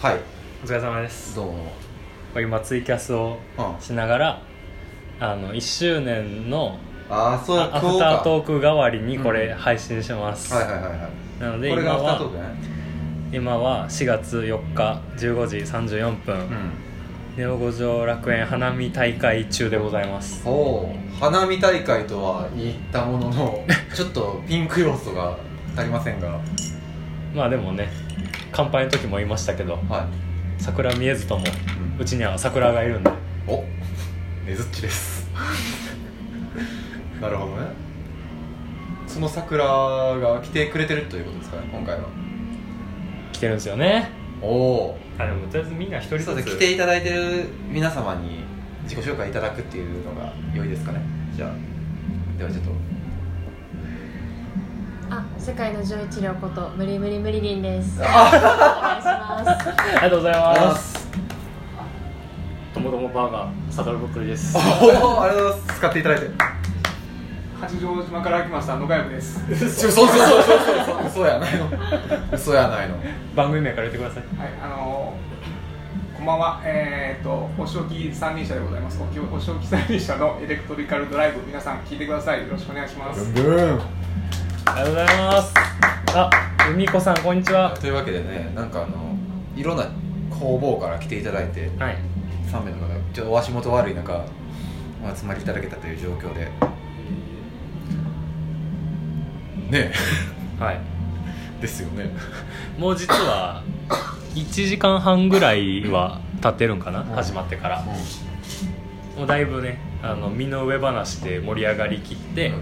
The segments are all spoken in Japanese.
はいお疲れ様ですどうも今ツイキャスをうんしながらあの1周年のああそうあア今フ日タかートーク代わりにこれうん配信します、はいはいはいはいなのでこれ今がアフタートーはクね今は4月4日15時34分、ネオ五条楽園花見大会中でございますうんおう花見大会とは言ったもの のちょっとピンク要素が足りませんがまあでもね乾杯の時も言いましたけどは桜見えずともい、うんうちには桜がいるんでおねずっちです なるほどねその桜が来てくれてるということですかね今回は来てるんですよねおおあでもとりあえずみんな一人ずそうでつす来ていただいてる皆様に自己紹介いただくっていうのが良いですかねじゃあではちょっとあ、世界の上一良こと無理無理無理りんです。おあ願いします。ありがとうございありがとうございまますすともともバーガーサドルボックリですおおありがとうございます使っていただいて八丈島から来ました野川部ですはい嘘嘘嘘嘘嘘嘘やないの嘘やないの番組名から言ってくださいあのー、こんばんはえー、っとお仕置き三輪車でございますおお仕置き三輪車のエレクトリカルドライブ皆さん聞いてくださいよろしくお願いしますありがとうございますあ海子さんこんにちはというわけでねなんかあのいろんな工房から来ていただいてはい3名の方ちょっとお足元悪い中お集まりいただけたという状況でね はいえですよねもう実は1時間半ぐらいは経ってるんかな、始まってから、もうだいぶねあの身の上話で盛り上がりきって、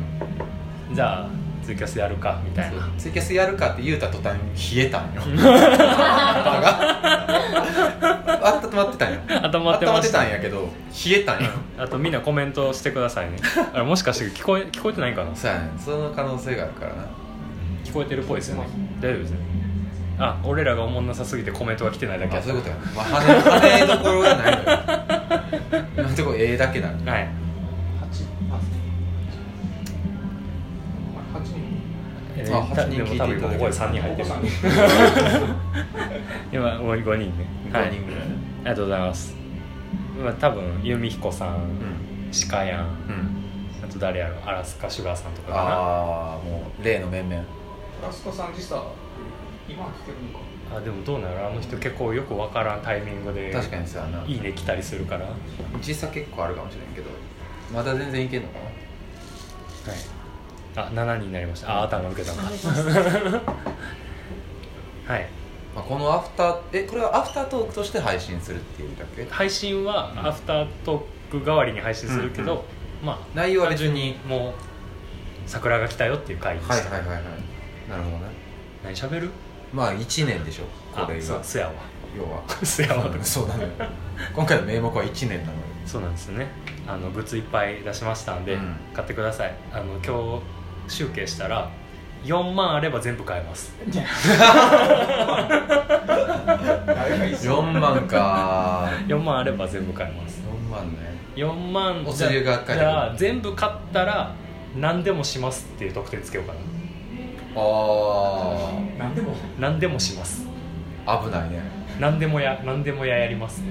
じゃあツイキャスやるかみたいなツイキャスやるかって言うた途端冷えた んよ頭が温まってたんよ温まってました温まってたんやけど冷えたんよあとみんなコメントしてください ねあれもしかして聞こえ聞こえてないんかなそうやねその可能性があるからな聞こえてるっぽいですよね大丈夫ですねあ俺らがおもんなさすぎてコメントが来てないだけあそういうことや、まあ、羽羽どころがないのよ今のところええだけなのはい八あ八人えあ8人でも聞いて多いただ分け今たここで3人入ってるお子さ今5人ねはい5人ぐらいねありがとうございますまあ多分弓彦さうんん鹿やんうんあと誰やろアラスカシュガーさんとかかああもう例の面々ラストさん時差今来てるのかなあでもどうなるあの人結構よくわからんタイミングで確かにさないいね来たりするからはい時差結構あるかもしれんけどまだ全然いけんのかなあ7人になりましたあ頭受けたな はいまあ、このアフターえこれはアフタートークとして配信するっていうだけ配信はアフタートーク代わりに配信するけど、うんまあ内容は別にもう桜が来たよっていう回でした、はいはいはいはいなるほどね何喋るまあ1年でしょこれあそうがすや わ要はすやわとか そうなのよ今回の名目は1年なのよそうなんですねあのグッズいっぱい出しましたんで、うん買ってくださいあの今日集計したら4万あれば全部買えます誰がいいっす4万か4万あれば全部買えます4万ね4万お釣りが書いてじあゃるじゃあ全部買ったら何でもしますっていう特典つけようかなあ何でも何でもしますあ危ないね何でもや何でもややります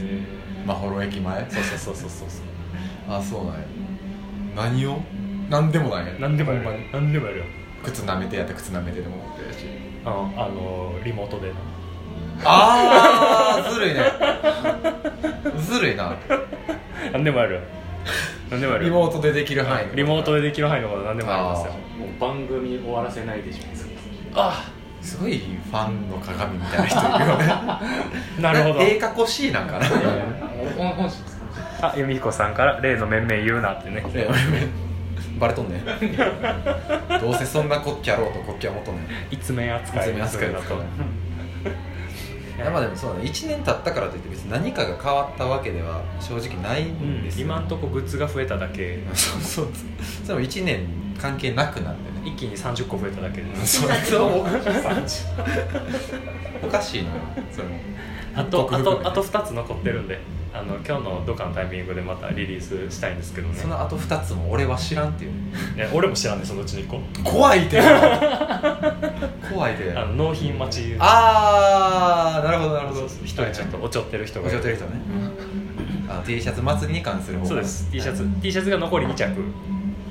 まほろ駅前そうそうそうそうそうそうあそうなんや何を何でもない何でもやるほんまに何でもやるよ靴舐めてやったら靴舐めてでも思ってやしあのあのリモートでああずるいねずるいな何でもやるよ何でもやるリよモートでできる範囲のリモートでできる範囲のこと何でもやりますよあもう番組終わらせないでしあーすごいファンの鏡みたいな人いるよね なるほどええかこしいなん かなょいやいや本本心ですあ由美彦さんから例の面々言うなってねねバレとんねどうせそんなこっきゃろうとこっきゃもとんねん一面扱い一面扱いだとうんいやまあでもそうだね1年経ったからといって別に何かが変わったわけでは正直ないんですよ、今んとこグッズが増えただけそうそうそれも1年関係なくなって ね一気に30個増えただけでそうそうおかしいのよそれもあとあ克服ねとあと2つ残ってるんであの今日のどっかのタイミングでまたリリースしたいんですけどねそのあと2つも俺は知らんっていうね俺も知らんねそのうちの1個怖い で怖いでああの納品待ちあーなるほどなるほどそうそう一人チェッちょってる人おがいるちょってる人ねあ T シャツ祭りに関する方そうです T シャツ、T シャツが残り2着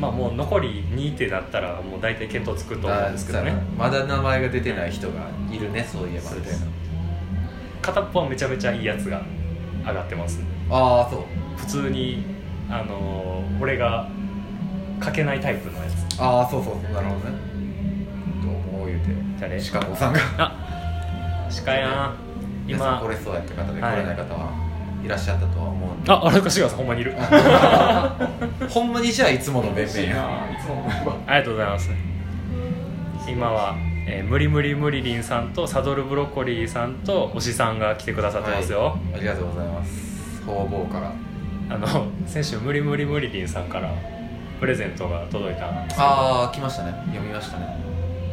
まあもう残り2ってなったらもう大体見当つくと思うんですけどあねまだ名前が出てない人がいるねそういえばみたいな片っぽはめちゃめちゃいいやつが上がってますねああそう普通にあのー俺が書けないタイプのやつああそうそうそうなるほどねどうも言うて誰シカゴさんがあ鹿やん皆さん 今来れそうやった方で来はいれない方はいらっしゃったとは思うんで、あ荒川志賀さんほんまにいるあほんまにじゃあいつもの弁嬉しい明やないつも思えばりがとうございます今は、えー無理無理無理りんさんとサドルブロッコリーさんと推しさんが来てくださってますよ、ありがとうございます方々からあの先週無理無理無理りんさんからプレゼントが届いたああ来ましたね読みましたね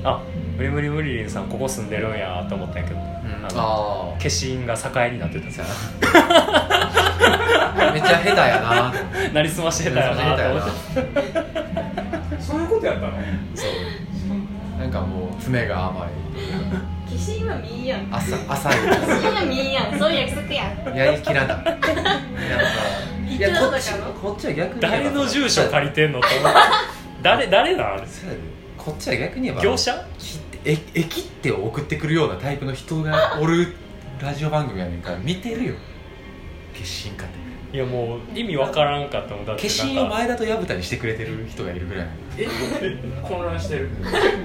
あ無理無理無理りんさんここ住んでるんやと思ったんやけど、うんあのああ消印が境になってたんですよ めっちゃ下手やなと思ってなりすましてたよなと思ってそういうことやったのそうなんかもう爪が甘い 消しは見いやん浅浅い消しは見いやんそういう約束やんやりきら ないなんかいやこっちこっちは逆に誰の住所借りてんのと思って誰誰なんあれそうやでこっちは逆に言えば業者切ってえ駅って送ってくるようなタイプの人がおるラジオ番組やねんから見てるよ決心家っていやもう意味わからんかったもんだって決心なをんか前田と薮田にしてくれてる人がいるぐらい混乱し てる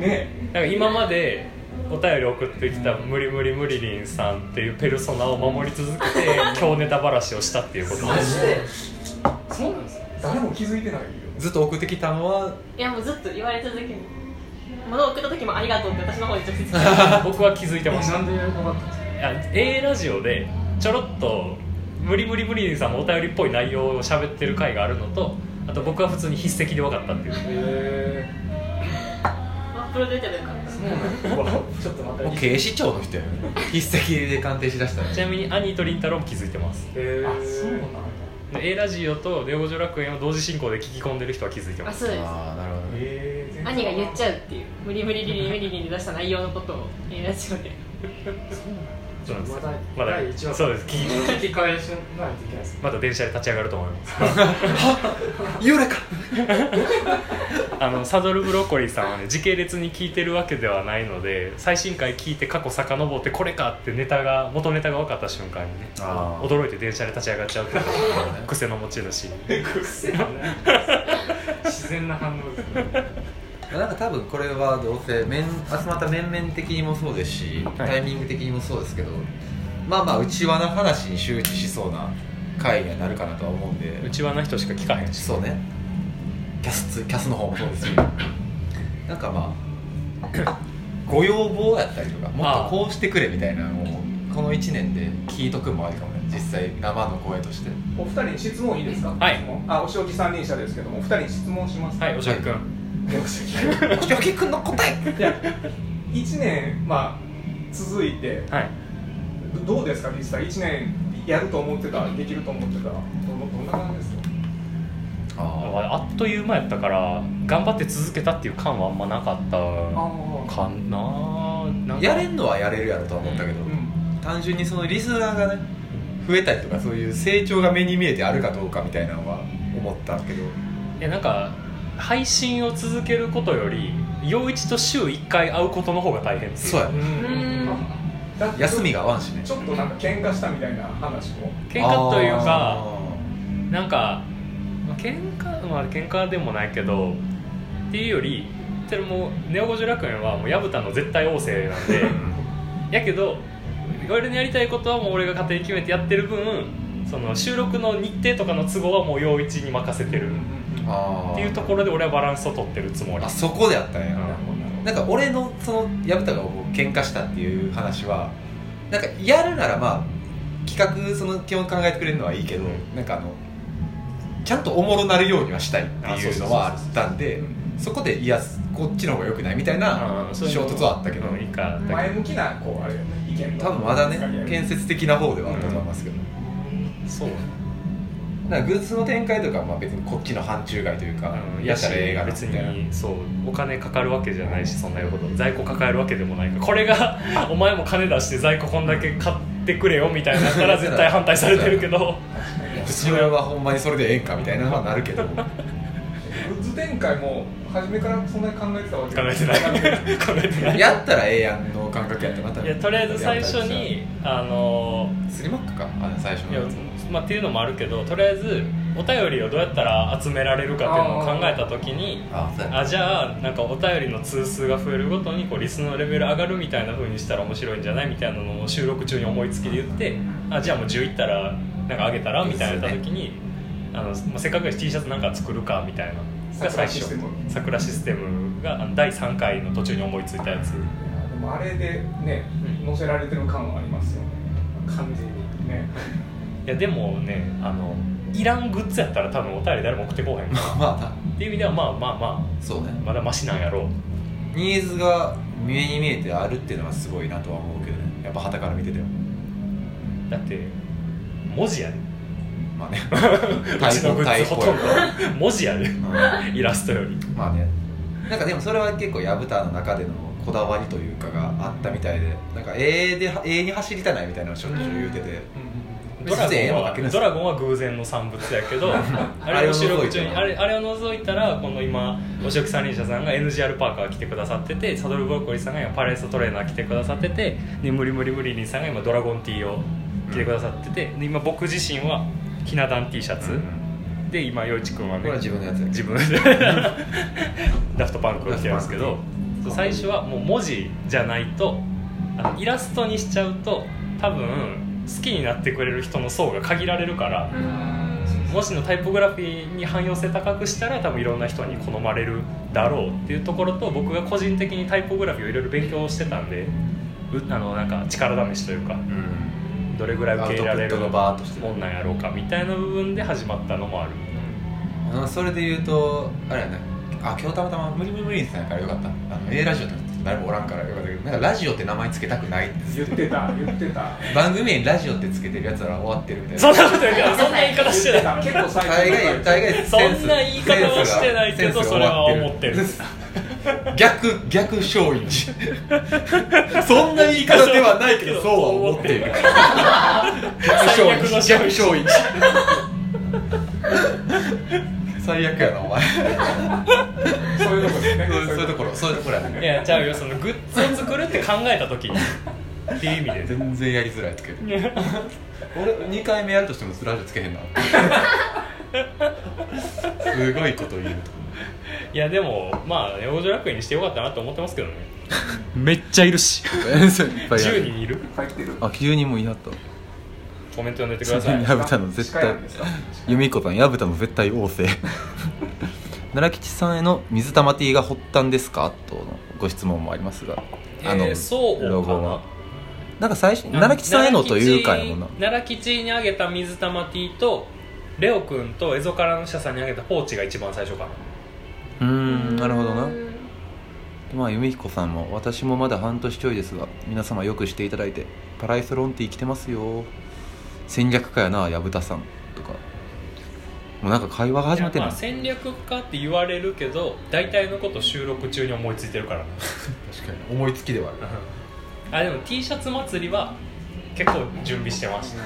ねなんか今までお便り送ってきた無理無理無理りんさんっていうペルソナを守り続けて 今日ネタばらしをしたっていうことですでそうなんですか誰も気づいてないよずっと送ってきたのはいやもうずっと言われ続ける物を送った時もありがとうって私の方に直接言う僕は気づいてましたなんで分かったんですかあ A ラジオでちょろっと無理無理無理りんさんのお便りっぽい内容を喋ってる回があるのとあと僕は普通に筆跡で分かったっていうへアップロ出てるからそうなんですかちょっとまたもう警視庁の人やね筆跡で鑑定し だしたらちなみに兄とりんたろーも気づいてますえあそうなんだ A ラジオと「ネオジョ楽園」を同時進行で聞き込んでる人は気づいてまあすそうですああなるほどねえー全然兄が言っちゃうっていう無理無理無理無理無理で出した内容のことをえーラジオでそうなんですよままだだ第一話そうです聞き聞き返しないといけないですまだ電車で立ち上がると思います幽霊かあのサドルブロッコリーさんはね時系列に聞いてるわけではないので最新回聞いて過去遡ってこれかってネタが元ネタが分かった瞬間にねあー驚いて電車で立ち上がっちゃうっていう癖の持ち主癖がない自然な反応ですねなんか多分これはどうせ面集まった面々的にもそうですし、はいタイミング的にもそうですけどまあまあ内輪の話に周知しそうな回にはなるかなとは思うんでうちわの人しか聞かへんしそうねキャスキャスの方もそうですしなんかまあご要望やったりとかもっとこうしてくれみたいなのをこの1年で聞いとくんもありかもね実際生の声としてお二人に質問いいですかはい質問あお仕置き三輪車ですけどもお二人に質問しますはいおしゃくん、でお仕置「おしゃきくんの答え!きいや一年まあ続いてはいどどうですか実際一年やると思ってたできると思ってたどのどんな感じですか」あああっという間やったから頑張って続けたっていう感はあんまなかったあかななんあかやれんのはやれるやろとは思ったけど、うん単純にそのリスナーがね増えたりとかそういう成長が目に見えてあるかどうかみたいなのは思ったけどいやなんか配信を続けることより陽一と週1回会うことの方が大変ですそうやんだって休みが合わんしねちょっとなんか喧嘩したみたいな話も喧嘩というあかなんかまあ喧嘩まあ喧嘩でもないけどっていうよりそれもネオ五十楽園はもう薮田の絶対王政なんで ーやけどいろいろやりたいことはもう俺が勝手に決めてやってる分その収録の日程とかの都合はもう陽一に任せてるあーっていうところで俺はバランスを取ってるつもりあそこであったんや、うんなんか俺のその薮田がこう喧嘩したっていう話はなんかやるならまあ企画その基本考えてくれるのはいいけど、うんなんかあのちゃんとおもろなるようにはしたいっていうのはああったんでそこでいやこっちの方が良くないみたいなうん衝そういうの突はあったけど、うんいいかだけ前向きなこうあれよね意見の多分まだね建建設設的な方ではあると思いますけど、どそうねなんかグッズの展開とかはまあ別にこっちの範疇外というか、うんやったら映画別みたいなにそうお金かかるわけ じゃないしそんなよほど在庫抱えるわけでもないからこれがお前も金出して在庫こんだけ買っってくれよみたいなの から絶対反対されてるけど父親はほんまにそれでええんかみたいなのはなるけどグッズ展開も初めからそんなに考えてたわけ考えて ない考えてないやったらええやんの感覚やってまたいやとりあえず最初にあのスリマックかあれ最初いのややつまあ、っていうのもあるけどとりあえずお便りをどうやったら集められるかっていうのを考えた時にあそうやあじゃあなんかお便りの通数が増えるごとにこうリスのレベル上がるみたいな風にしたら面白いんじゃないみたいなのを収録中に思いつきで言ってあじゃあもう10いったらなんかあげたらみたいなやった時に、あのまあ、せっかくやし T シャツなんか作るかみたいなが最桜シス初テム桜システムがあの第3回の途中に思いついたやつでもあれでねうん載せられてる感はありますよね完全にねいやでもねあのいらんグッズやったら多分お便り誰も送ってこうへんから まあまあたっていう意味ではまあまあまそうねあまだマシなんやろうニーズが目に見えてあるっていうのはすごいなとは思うけどねやっぱ旗から見ててもだって文字やでま あねうちのグッズほとんどや文字やでからう んイラストよりまあねなんかでもそれは結構ヤブターの中でのこだわりというかがあったみたいでなんか永遠で永遠に走りたないみたいなのをしょっちゅう言うてて、ドラ別にええゴンわはけないドラゴンは偶然の産物やけ どあれを収録中にあれあれを除いたらこの今お食三輪車さんが NGR パーカー来てくださっててサドルブロッコリーさんが今パレストトレーナー来てくださっててで無理無理無理にさんが今ドラゴン T を着てくださっててで今僕自身はひな壇 T シャツ、で今陽一君はねこれは自分のやつや自分 ダフトパンクを着てるんですけどダフトそう最初はもう文字じゃないとあのイラストにしちゃうと多分好きになってくれる人の層が限られるから文字のタイポグラフィーに汎用性高くしたら多分いろんな人に好まれるだろうっていうところと僕が個人的にタイポグラフィーをいろいろ勉強してたんでうあのなんか力試しというかうんどれぐらい受け入れられアウトるプットがバーッとしてるもんなんやろうかみたいな部分で始まったのもある。あのそれで言うとあれやねあ今日たまたま無理無理無理ってやからよかったあの A ラジオって誰もおらんからよかったけどなんかラジオって名前つけたくないって言ってた言ってた番組にラジオってつけてるやつらは終わってるみたいそなんなこと言うけど、そんな言い方してない。結構最大近概大概センスそんな言い方はしてないけど、センスそがれは終思わってる。逆逆勝因そんな言い方ではないけどそうは思っている逆最悪勝因の勝因逆勝因最悪やな お前そういうとこですねそういうところそういうところやいねや、ちゃうよ、そのグッズを作るって考えた時に。っていう意味で。全然やりづらいつけど俺2回目やるとしてもスラジオつけへんなすごいこと言ういや、でも、まあ、養女楽園にしてよかったなと思ってますけどね。めっちゃいるし。いっ ぱい10人いる。入ってるあ急にもういはったコメント読んでってください。矢蓋の絶近対いんですか由美子さん矢蓋の絶対旺盛 奈良吉さんへの水玉 T が発端ですかとのご質問もありますがあの、えーそうかなロゴはなんか最初奈良吉さんへのというかやもんな奈良吉にあげた水玉 T とレオ君とエゾカラの社さんにあげたポーチが一番最初かなうーんなるほどなまあ由美彦さんも私もまだ半年ちょいですが皆様よくしていただいてパライソロンティー着てますよ戦略家やな矢蓋さんとかもうなんか会話が始まっているやのまあ、戦略家って言われるけど大体のこと収録中に思いついてるからね確かに思いつきではあるあでも T シャツ祭りは結構準備してました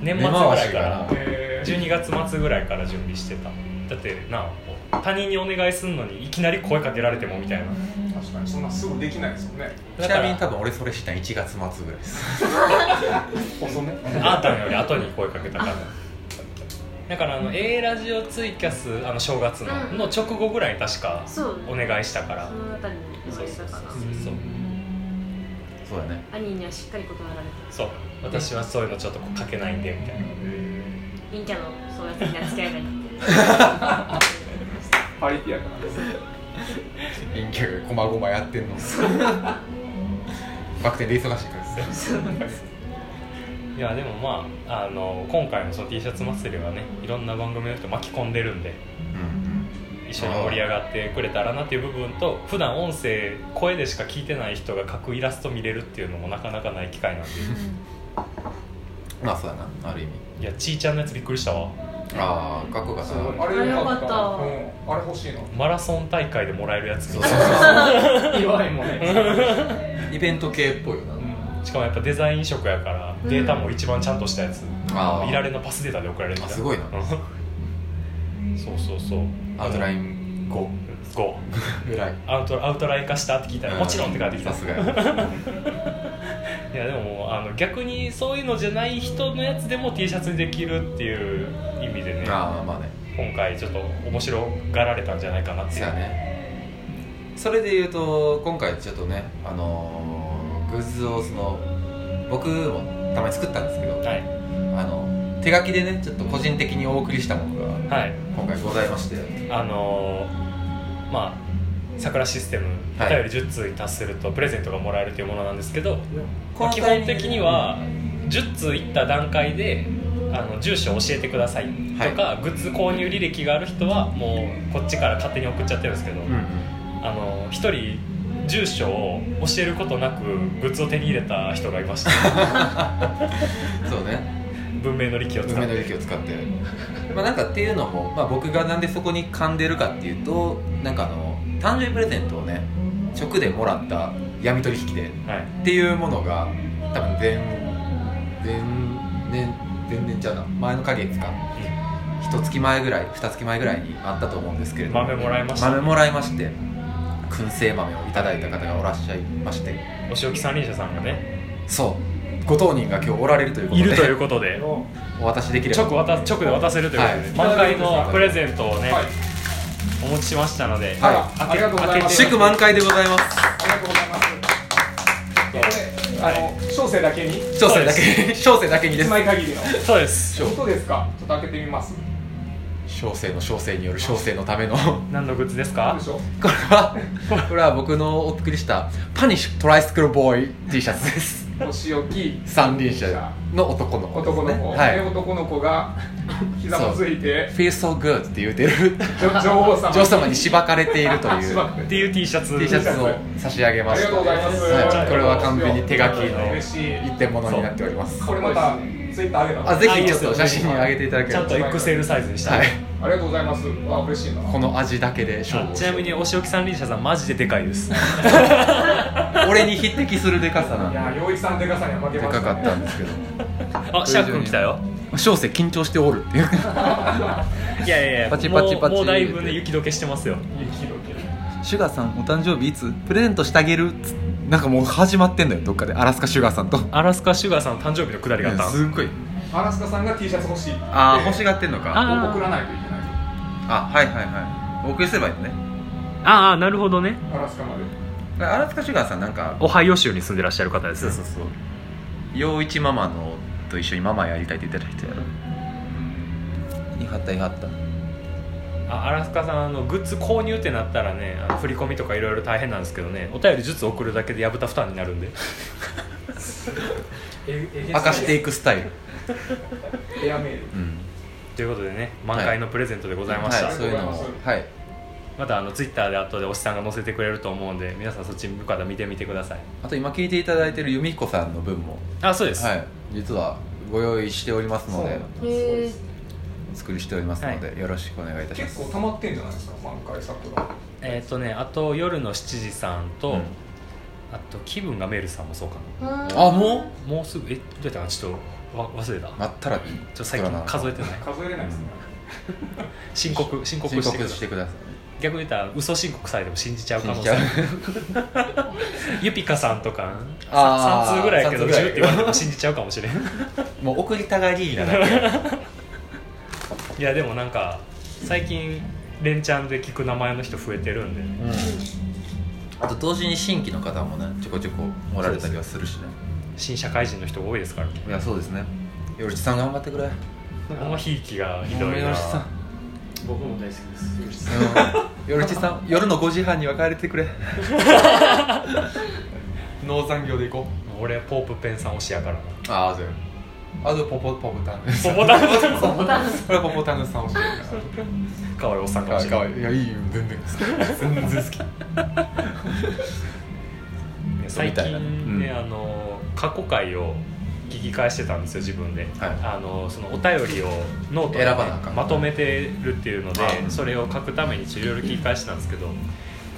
年目末ぐ回らいしかがらなえー12月末ぐらいから準備してただってな他人にお願いするのにいきなり声かけられてもみたいな確かにそんなすぐできないですよねちなみに多分俺それしたん1月末ぐらいです細めあーたんより後に声かけたから だからあの A ラジオツイキャスあの正月の,、うんの直後ぐらいに確かそうお願いしたからそのあたりに言わそうれそたうそうかなそうそうだね兄にはしっかり断られたそう私はそういうのちょっと書けないんでみたいな陰キャのそういうやつには付き合えないパリピやからです陰キャがこまごまやってんのバク転で忙しいからですいやでもまああの今回のその T シャツ祭りはねいろんな番組の人巻き込んでるんで一緒に盛り上がってくれたらなっていう部分と普段音声声でしか聞いてない人が描くイラスト見れるっていうのもなかなかない機会なんでまあそうだなある意味いやちーちゃんのやつびっくりしたわああかっこよかったそうなあれよかったあれうんあれ欲し いのマラソン大会でもらえるやつみそうたそいうそ弱いもんねうイベント系っぽいよなうんしかもやっぱデザイン色やからうんデータも一番ちゃんとしたやつ、あーいられのパスデータで送られるみたいなあすごいなうんそうそうそうアウトライン5 5ぐらいアウトアウトライン化したって聞いたら、もちろんって返ってきたさすが やいやでもあの逆にそういうのじゃない人のやつでも T シャツにできるっていう意味でねああまあね今回ちょっと面白がられたんじゃないかなってそいうやねそれで言うと今回ちょっとねあのーグッズをその僕もたまに作ったんですけど、はいあの手書きでねちょっと個人的にお送りしたものがはい今回ございましてあのーまあ桜システムおはい便り10通に達するとプレゼントがもらえるというものなんですけど、この基タイ本ミングで的には10通いった段階であの住所教えてくださいとか、グッズ購入履歴がある人はもうこっちから勝手に送っちゃってるんですけど、あの一人住所を教えることなくグッズを手に入れた人がいま したそう ね文明の利器を使梅っのて力を使ってまあなんかっていうのも、まあ、僕がなんでそこに噛んでるかっていうとなんかあの誕生日プレゼントをね直でもらった闇取引ではいっていうものが多分前前年前年じゃな前の影ですか一月前ぐらい二月前ぐらいにあったと思うんですけれども豆もらいました豆もらいまして燻製豆をいただいた方がおらっしゃいましてお仕置き三輪車さんがねそうご当人が今日おられるということいでるということでお渡しできれば直渡直で渡せるということで、は満い開のプレゼントをね、はいお持ちしましたので、はいあありがとうございます開け祝て満開でございますありがとうございますこれあの小生だけに小生だけ小生だけにで一す枚限りのそうですどうですかちょっと開けてみます小生の小生による小生のための何のグッズですかあるでしょこれはこれは僕のお作りしたパニッシュトライスクルボーイ T シャツですお仕置き三輪車の男の子です、ね、男の子、はいね男の子 が膝もついて Feel so good って言うて る女王様に女王様にしばかれているとあいしうばくれっていう T シャツ T シャツを差し上げまありしがとうたございます、はいこれは完全に手書き嬉しいの一点物になっておりますこれまたツイッター上げたあぜひちょっと写真に上げていただけちれゃんばと XL サイズにした、はいありがとうございますあ嬉しいなこの味だけで勝あ負をちなみにお仕置き三輪車さんマジででかいです俺に匹敵するでかさいなや洋一さんでかさには負け でまかした、ね、かったんですけどあシャークン来たよ小生緊張しておるって いういやいやいやパチパチパチもうもうだいぶね雪解けしてますよ雪解けシュガーさんお誕生日いつプレゼントしてあげるつなんかもう始まってんだよどっかでアラスカシュガーさんとアラスカシュガーさんの誕生日のくだりがあったんすっごいアラスカさんが T シャツ欲しいって言ってああ欲しがってんのかあー送らないといけないあはいはいはいお送りすればいいのねああなるほどねアラスカまでアラスカシュガーさんなんかオハイオ州に住んでらっしゃる方ですうそう陽一ママのと一緒にママやりたいって言ってた人やろいはったいはったあアラスカさんあのグッズ購入ってなったらねあの振り込みとかいろいろ大変なんですけどねお便り術送るだけでやぶた負担になるんで 明かしていくスタイルエアメールうんということでね満開のプレゼントでございました、はいそういうのをはいまたあのツイッターで後でおしさんが載せてくれると思うんで皆さんそっちよかったら見てみてくださいあと今聞いていただいてる由美彦さんの分もあそうです、はい実はご用意しておりますのでへえお作りしておりますので、よろしくお願いいたしま結す構溜まってんじゃないですか満開桜えっ、とねあと夜の7時さんと、うんあと気分がメールさんもそうかああもなもうすぐえどうやったかなちょっとわ忘れたちうょなったらちょっと最近数えてない数えれないですね申 告申告申して告くだしさいてくださ逆に言ったら嘘申告されても信じちゃう可い信じ能性ちゃう ゆぴかさんとかあー3通ぐらいやけど三通10ぐらいって言われても信じちゃうかもしれんもう送りたがりなだけいやでもなんか最近連チャンで聞く名前の人増えてるんでね、あと同時に新規の方もねちょこちょこおられたりはするしね新社会人の人が多いですからねいやそうですねよろちさん頑張ってくれこのひいきがひどいよなろちさん僕も大好きですよろちさん夜の5時半には帰れてく れ農産業で行こう俺ポープペンさん推しやからなああそうよあとポポポポタ ンですポポタンこれはポポタンさんをしてるかかわいいおっさんかもらしれかなわいいいいやいいよ全然全然好 き最近みたいなね、うんあの過去回を聞き返してたんですよ自分で、はいあのそのお便りをノートでね、選ばなあかんまとめてるっていうのであーそれを書くためにいろいろ聞き返してたんですけど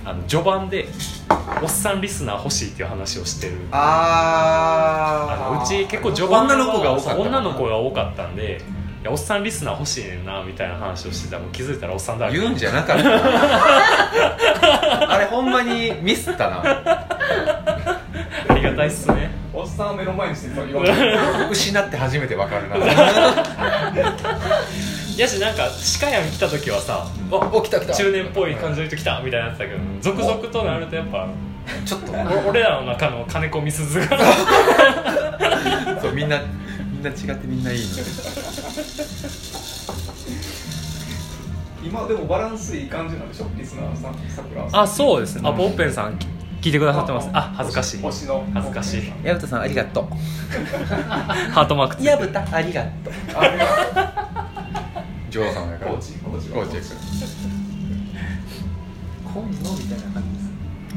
あの序盤でおっさんリスナー欲しいっていう話をしてるああのうち結構序盤女の子が多かった女の子が多かったんでいやおっさんリスナー欲しいねんなみたいな話をしてたらもう気づいたらおっさんだらけ言うんじゃな かったあれほんまにミスったなありがたいっすねおっさんを目の前にしてそう言わない失って初めてわかるなやしなんか鹿屋に来た時はさお来た来た中年っぽい感じの人来たみたいになってたけど続々となるとやっぱちょっとお俺らの中の金子みすずがそうみんなみんな違ってみんないいの今でもバランスいい感じなんでしょリスナーさん桜さんあそうですねあポッペンさんき聞いてくださってますあ恥ずかしい推しの恥ずかしい矢蓋さんありがとうハートマークついてるありがとうあれがジョーさんだかコらーチコーチコーチです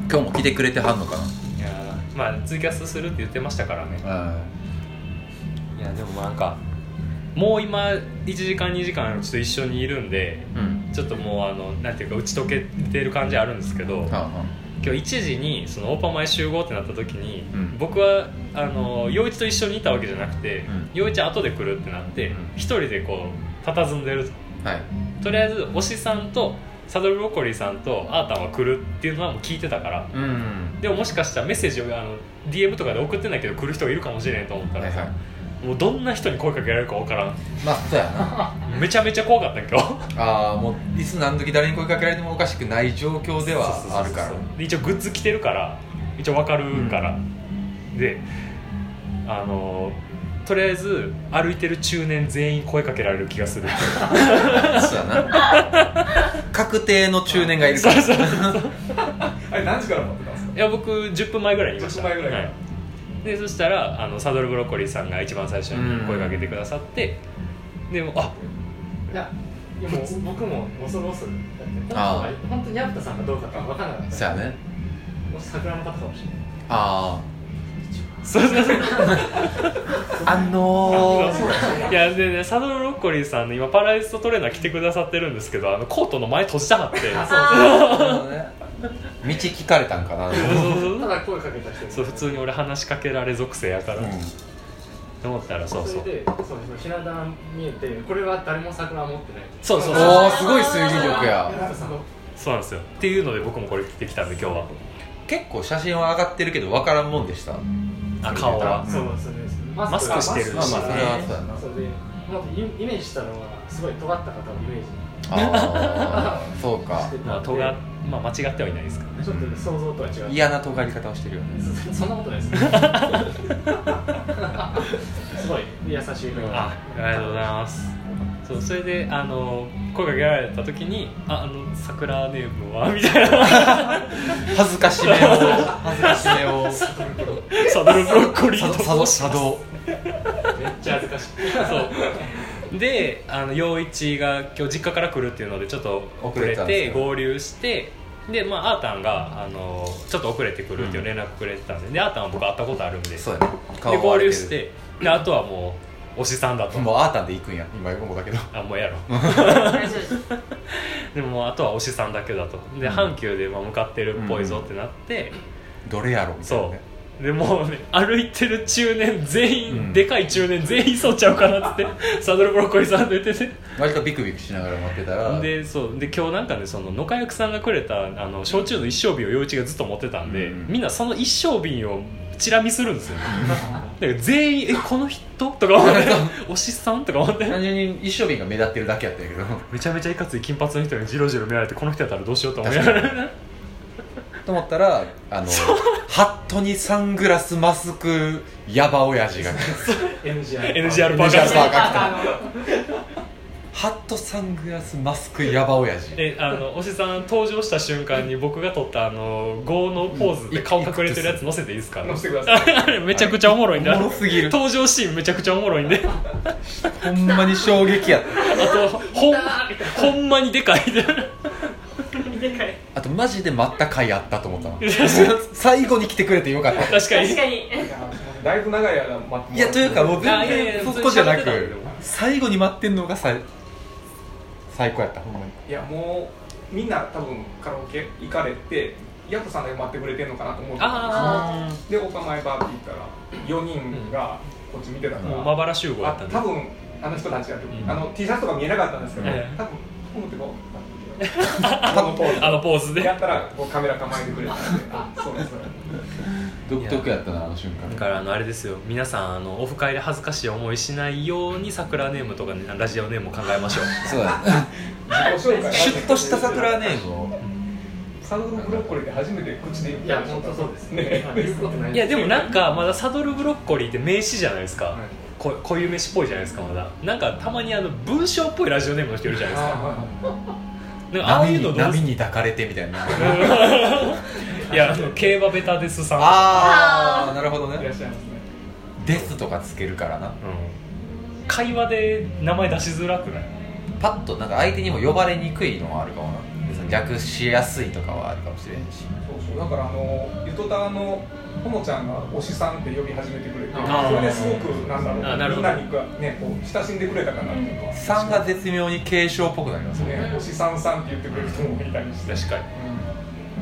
今日も来てくれてはんのかいやーまあツイキャスするって言ってましたからねなはいやでもなんかもう今1時間2時間ちょっと一緒にいるんでいうんちょっともうあのなんていうか打ち解けてる感じあるんですけど、はあは今日1時にそのオーパーマイ集合ってなった時に、うん僕はあの陽一と一緒にいたわけじゃなくてん陽、一後で来るってなってうん一、人でこう佇んでるとあはいとりあえず推しさんとサドルブロッコリーさんとあーたんは来るっていうのはもう聞いてたからうんでももしかしたらメッセージをあの DM とかで送ってないけど来る人がいるかもしれんと思ったはらいさ、はいもうどんな人に声かけられるかわからんまあそうやなめちゃめちゃ怖かった今日ああもういつ何時誰に声かけられてもおかしくない状況ではそうそうそうそうあるからで一応グッズ着てるから一応わかるから、であのとりあえず歩いてる中年全員声かけられる気がす るそうやな確定の中年がいるそかうらそうそうあれ何時から待ってたんですかいや僕10分前ぐらいにいました10分前ぐらいはいでそしたらあのサドルブロッコリーさんが一番最初に声かけてくださって、でもあいやいやもう僕も恐る恐るだってああ本当にヤフタさんがどうかとか分からなかったそうやねもし桜の方かもしれないあそうそうそうああのいやでねサドルロッコリーさんの今パラダイストトレーナー来てくださってるんですけどあのコートの前閉じたはって道聞かれたんかなそうそうただ声かけた人にそう普通に俺話しかけられ属性やから、と思ったらそうそうそれでそうそうひな壇見えてこれは誰も桜は持ってないそうそうそうおおすごい推理力やヤフタさんのそうなんですよっていうので僕もこれ着てきたんで今日は結構写真は上がってるけど分からんもんでしたあ顔はそうそうですマスクしてるしマスクそれはそうやなそれでもっとイイメージしたのはすごい尖った方をイメージしああそうかてたまあんでとが、まあ、間違ってはいないですからねちょっと想像とは違う嫌な尖り方をしてるよねそそんなことないです すごい優しい方あありがとうございますそうそれであの声かけられた時に「ああの桜ネームは?」 みたいな恥ずかしめを 恥ずかしめ「をサドルブロッコリー佐と渡申し佐ます」渡佐渡めっちゃ恥ず かしいそうであの陽一が今日実家から来るっていうのでちょっと遅れ遅れたんてですよ合流してでまああーたんがあのちょっと遅れてくるっていう連絡くれてたんで,、であーたんは僕会ったことあるんでそうやねで合割れ流てるしてであとはもう推しさんだともうあーたんで行くんや今横だけどあもうやろ大丈夫ですでももうあとは推しさんだけだとで阪急でまあ向かってるっぽいぞってなって、どれやろみたいなそねうでもうね歩いてる中年全員、うんでかい中年全員そうちゃうかなっつ ってサドルブロッコリーさんと言ってて割とビクビクしながら待ってたらでそうで今日なんかねその野家役さんがくれたあの焼酎の一升瓶を陽一がずっと持ってたんで、うんみんなその一升瓶をチラ見するんですよ ねだから全員「えこの人?」とか思って「おしさん?」とか思って単純に一生瓶が目立ってるだけやったんやけどめちゃめちゃいかつい金髪の人にジロジロ見られてこの人やったらどうしようと思いながらと思ったらあのハットにサングラスマスクヤバ親父が NGR NGR パーカーパさんーカー着たハットサングラスマスクヤバ親 父であのおしさん登場した瞬間に僕が撮ったあの5のポーズで顔隠れてるやつ載せていいですか、 乗せてくださいあ れめちゃくちゃおもろいんでおもろすぎる登場シーンめちゃくちゃおもろいんでほんまに衝撃やったあとほんほんまにでかい ででかいあとマジで待った回あったと思ったな最後に来てくれてよかった確かに確かにいやだいぶ長い間待っていやというかもうあ全いやいや然そこじゃな普通に喋ってたくんだけど最後に待ってんのがさ最高やったほんまにいやもうみんな多分カラオケ行かれてヤトさんだけ待ってくれてんのかなと思ってあでお構いバーって言ったら4人がこっち見てたあから、もうまばら集合やったあんで多分あの人たちやと思う、うんあの T シャツとか見えなかったんですけど、ええ多分ポンってこうこのポーズあのポーズでやったらこうカメラ構えてくれたんであそうですそうです独特やったなあの瞬間だからあのあれですよ皆さんあのオフ会で恥ずかしい思いしないように桜ネームとか、ね、ラジオネームを考えましょうそうだね自己紹介シュッとした桜ネームをサドルブロッコリーで初めて口で言ったいや本当そうです ねまあリスクってないいやでもなんかまだサドルブロッコリーって名詞じゃないですか、はいこ固有名詞っぽいじゃないですかまだなんかたまにあの文章っぽいラジオネームの人いるじゃないですかなんかああいうのどう波に抱かれてみたいな いやあの競馬ベタですさんああなるほどいらっねしゃいますね「です」とかつけるからなうん会話で名前出しづらくないパッとなんか相手にも呼ばれにくいのはあるかもな別に略しやすいとかはあるかもしれんしそうそうだからあのゆとたわのほのちゃんが推しさんって呼び始めてくれてそあーれですごくなんだろうあーなるみほんどなにこうねこう親しんでくれたかなっていうか3が絶妙に継承っぽくなりますねね推しさんさんって言ってくれる人もいたりして確かに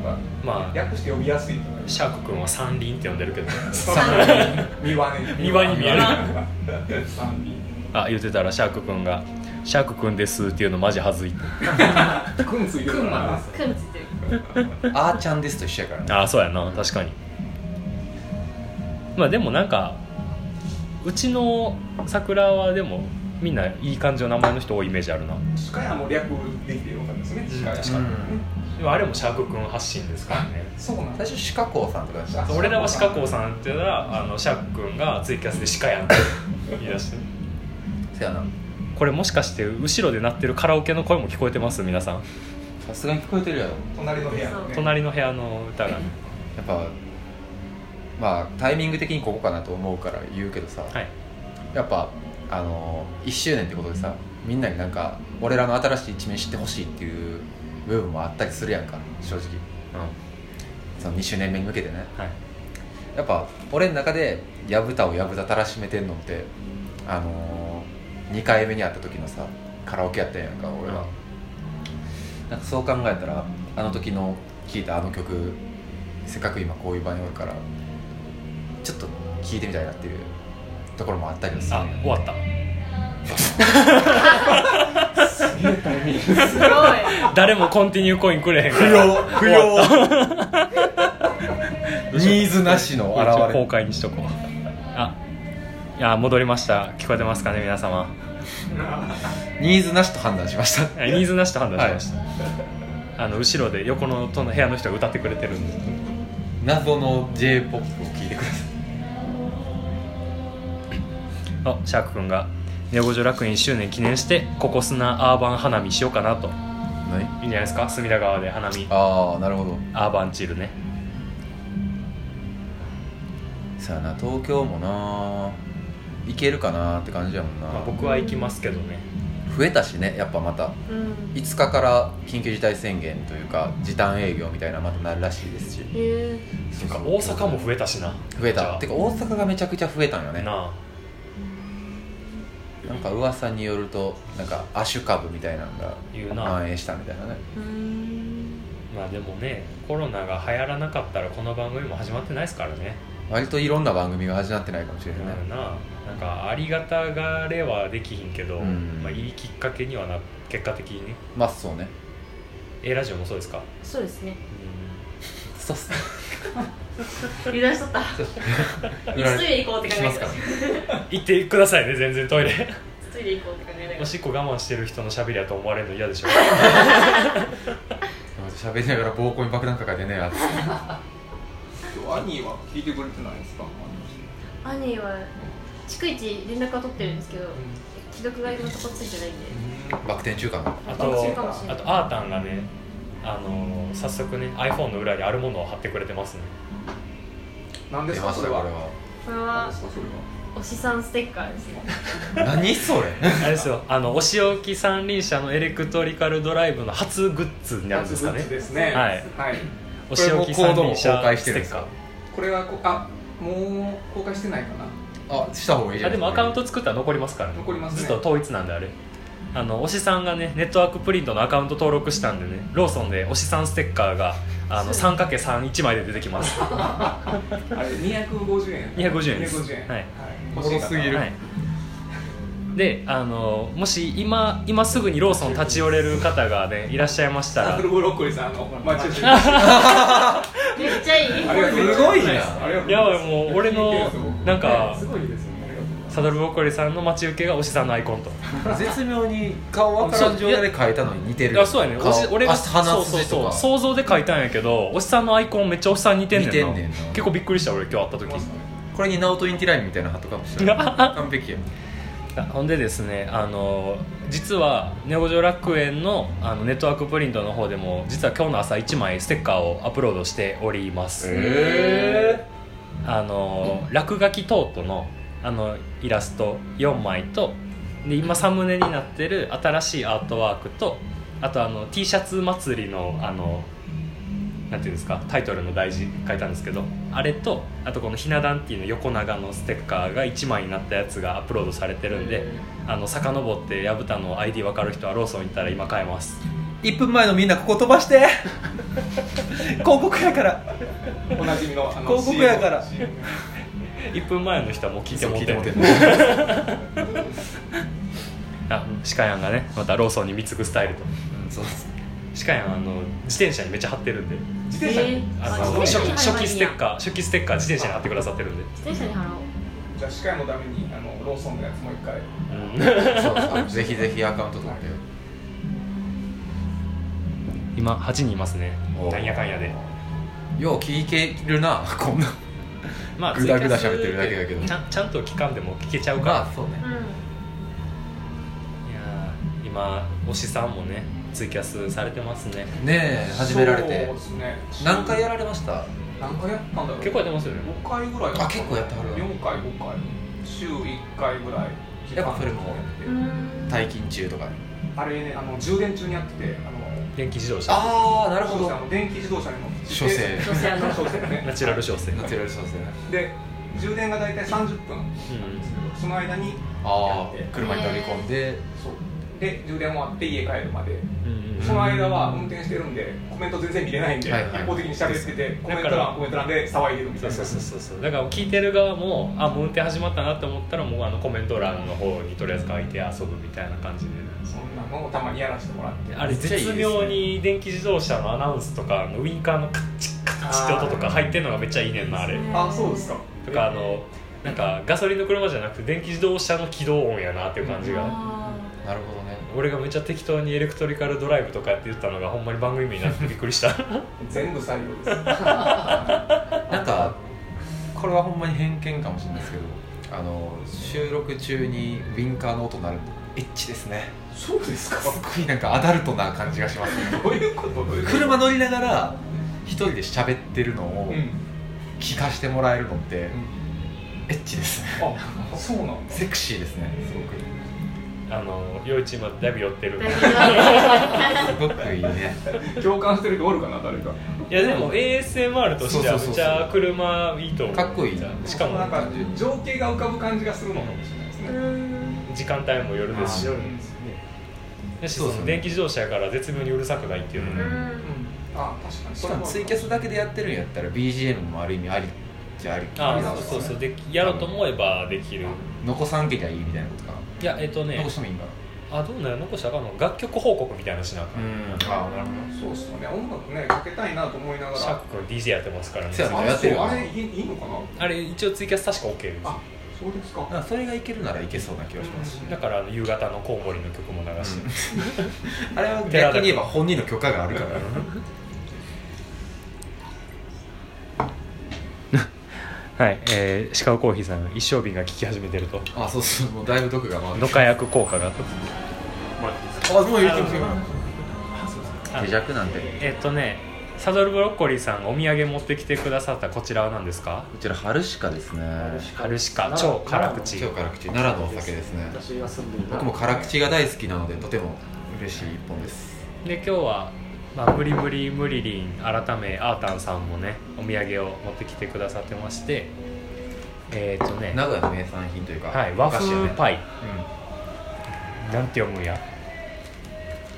うんなんかまあ略して呼びやすいとかシャーク君は三輪って呼んでるけど三輪ね三輪に見える三輪あ言ってたらシャーク君が「シャーク君です」っていうのマジ恥ずいってくんついてるからなくんつってるあーちゃんですと一緒やからねああそうやな確かにまあでもなんかうちの桜はでもみんないい感じの名前の人多いイメージあるなシカヤも略できてよかったですねシカヤ確かにでもあれもシャーク君発信ですからねそうなんだ最初シカコウさんとかでしたあ俺らはシカコウさんって言ったらあのシャーク君がツイキャスで「シカやん」って言い出してせやな これもしかして後ろで鳴ってるカラオケの声も聞こえてます皆さんさすがに聞こえてるやろ隣の部屋のね隣の部屋の歌がねやっぱまあタイミング的にここかなと思うから言うけどさ、はいやっぱあの1周年ってことでさみんなになんか俺らの新しい一面知ってほしいっていう部分もあったりするやんか正う直その2周年目に向けてねんはいやっぱ俺の中でやぶたをやぶたたらしめてんのってあのー、2回目に会った時のさカラオケやったんやんか俺は、なんかそう考えたらあの時の聴いたあの曲せっかく今こういう場におるからちょっと聴いてみたいなっていうところもあったりはするあんや終わったすごい誰もコンティニューコインくれへんから不要 ニーズなしの現公れ開にしとこうあいや戻りました聞こえてますかね皆様ニーズなしと判断しましたニーズなしと判断しました、あの後ろで横のとの部屋の人が歌ってくれてるんで謎の j p o p を聴いてくださあシャーク君が「ネオ五条楽園1周年記念してここ砂アーバン花見しようかなと」い何いいんじゃないですか隅田川で花見ああなるほどアーバンチルねさあな東京もな行けるかなって感じやもんな、まあ、僕は行きますけどね増えたしねやっぱまたうん5日から緊急事態宣言というか時短営業みたいなまたなるらしいですしへてか大阪も増えたしな増えじゃたあてか大阪がめちゃくちゃ増えたんよねなあなんか噂によるとなんか亜種株みたいなのが言うな蔓延したみたいなねえうんまあでもねコロナが流行らなかったらこの番組も始まってないですからね割といろんな番組が始まってないかもしれないね、うんななんかありがたがれはできひんけど、うんまあ、いいきっかけにはな結果的にねまあそうね A ラジオもそうですか、そうですねそうっす油断しとったらついで行こうって考聞きえまてすたから 行ってくださいね全然トイ レついで行こうって考えながおらしっこ我慢してる人のしゃべりやと思われるの嫌でし ょ喋りながら暴行に爆弾抱えてねえなって 兄は聞いてくれてないですか兄は逐一連絡は取ってるんですけど既読が今のとこついてないんでバク転中かなあ楽しいとかもしれなあいとアータンがねあのー早速ね iPhone の裏にあるものを貼ってくれてますねなんで出すかましそたれこはれはこれ何はですかそれはおしさんステッカーですね何それ あれですよあのお仕置き三輪車のエレクトリカルドライブの初グッズになるんですかね初グッズですねはいはいお仕置き三輪車これもコードも公開してるんですステッカかーこれはこあもう公開してないかなあした方がいいじゃあんでもアカウント作ったら残りますからね残りますねずっと統一なんであれあの推しさんがねネットワークプリントのアカウント登録したんでねローソンで推しさんステッカーがあの 3×31 枚で出てきますあれ250円250円です250円はいおもろすぎるはい、であのもし今今すぐにローソン立ち寄れる方がねいらっしゃいましたアらルブロッコリーさんあの待ち受けめっちゃいいありがとうすごいなありがとうございますいやもう俺のなんかすごいですよねサドルボコリさんの待ち受けがおしさんのアイコンと絶妙に顔わからん状態で描いたのに似てるあそうやねおし顔俺があ鼻そう筋そうそとうか想像で書いたんやけどおしさんのアイコンめっちゃおしさん似てんねんな似てんねんな結構びっくりした俺今日会った時これにナオトインティラインみたいなハットカップしてる完璧やあ ほんでですねあの実はネゴジョ楽園のあのネットワークプリントの方でも実は今日の朝1枚ステッカーをアップロードしております、えあの落書きトートのあのイラスト4枚とで今サムネになってる新しいアートワークとあとあの T シャツ祭りのあのなんていうんですかタイトルの大事書いたんですけどあれとあとこのひな壇ティーの横長のステッカーが1枚になったやつがアップロードされてるんであの遡って薮田の ID 分かる人はローソン行ったら今買えます 1分前のみんなここ飛ばして広告やからおなじみのあの広告やから CM 1分前の人はもう聞いてそうも聞っいててももうてんあシカヤンがねまたローソンに貢ぐスタイルとうんそうそうしかもあの自転車にめっちゃ貼ってるんで自え転車にーああの初自期転車に初期ス払えばいいんテやッカー初期ステッカー自転車に貼ってくださってるんで、自転車に払おうじゃあ司会のためにあのローソンのやつもう一回そうそうぜひぜひアカウント取ってよ今8人いますねおなんやかんやでよう聞けるなこんなまあぐだぐだツイキャス喋ってるだけだけどちゃんちゃんと期間でも聞けちゃうから、まあそうねういやー今推しさんもねツイキャスされてますねねえ始められてそうですね何回やられました何回やったんだろう結構やってますよね5回ぐらいあ結構やってはる4回5回週1回ぐらいやっぱそれもんうん退勤中とかにあれねあの充電中にやっててあの電気自動車ああなるそうですあの電気自動車に乗って書生書生の書生ねナチュラル小生、うんナチュラル小生ね で充電が大体30分なんですけどその間にああ車に乗り込んでそうで充電終わって家帰るまでうんうんその間は運転してるんでコメント全然見れないんで、はいはい一方的に喋っててコメントだから欄コメント欄で騒いでるみたそいうそうなそうそうそうだから聞いてる側もあもう運転始まったなと思ったらもうあのコメント欄の方にとりあえず書いて遊ぶみたいな感じで、ね、そんなのをたまにやらせてもらってあれ絶妙に電気自動車のアナウンスとかあのウインカーのカッチッカッチって音とか入ってるのがめっちゃいいねんなあれあそうですかとかあのなんかガソリンの車じゃなくて電気自動車の起動音やなっていう感じがあなるほどね俺がめっちゃ適当にエレクトリカルドライブとかやって言ったのがほんまに番組名になってびっくり した全部採用ですなんかこれはほんまに偏見かもしれないですけどあの収録中にウィンカーの音鳴るとエッチですねそうですかすごいなんかアダルトな感じがしますねどういうことどういうこと車乗りながら一人で喋ってるのうをん聞かしてもらえるのってエッチですねあそうなんだセクシーですねすごくあの陽一今だいぶ寄ってるーだいぶすご弱いくいいね共感してる人おるかな誰かいやでも ASMR としてはめっちゃ車いいと思うかっこいいなしかもなんか情景が浮かぶ感じがするのかもしれないですね時間帯も夜ですしあだしそそうですねの電気自動車やから絶妙にうるさくないっていうのうねうんんあ確かにしかもツイキャスだけでやってるんやったら BGM もある意味ありじゃありああそうそうでやろうと思えばできる残さんけりゃいいみたいなことかいやえっとなね残してもいいんかなあどうなの残したらあかんの楽曲報告みたいなのしなあかんうんああなるほどそうっすよね音楽ねかけたいなと思いながらシャック君 DJ やってますからねそうやなあやってるよそうあれいいいいのかなあれ一応ツイキャス確か OK ですあそうですかなんかそれがいけるならいけそうな気がします、だからあの夕方のコウモリの曲も流して、あれは逆に言えば本人の許可があるからねはい、えー、シカゴコーヒーさん一生瓶が効き始めてると あそうそうもうだいぶ毒が回るのか薬効果があもう言うてますよあ弱なんてこえっとねサドルブロッコリーさんがお土産持ってきてくださったこちらは何ですかちら春シカですねハルシカ超辛口今日辛口奈良のお酒ですね私が住んでいる僕も辛口が大好きなのでとても嬉しい一本ですで今日は、まあ、無理無理無理りん改めアータンさんもねお土産を持ってきてくださってましてえっ、とね名古屋の名産品というか、はい、和風イ、パイなんて読むんや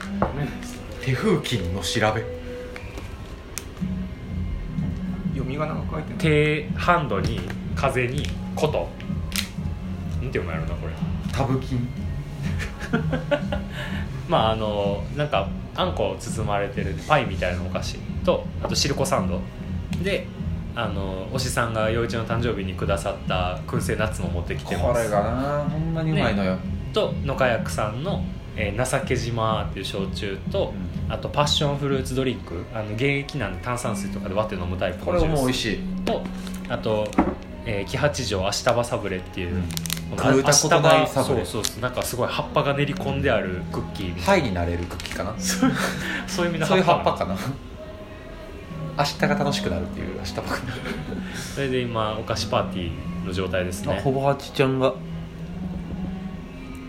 うん、手風琴の調べ身が長く空いてる手ハンドに風にことなんて読むんやろなこれタブキンまああのなんかあんこを包まれてるパイみたいなお菓子とあとシルコサンドであのおしさんが陽一の誕生日にくださった燻製ナッツも持ってきてまこすれがなほんまにうまいのよ、と野家薬さんの、えー情け島っていう焼酎と、あとパッションフルーツドリンクあの原液なんで炭酸水とかで割って飲むタイプこれのジューもス美味しいとあと、えー、木八条明日葉サブレっていう、この食うたことない明日葉サブレそうそうそうなんかすごい葉っぱが練り込んであるクッキーみたハいイになれるクッキーかなそな、そういう意味のういう葉っぱかな明日が楽しくなるっていう明日ばっかそれで今お菓子パーティーの状態ですあねほぼはちちゃんが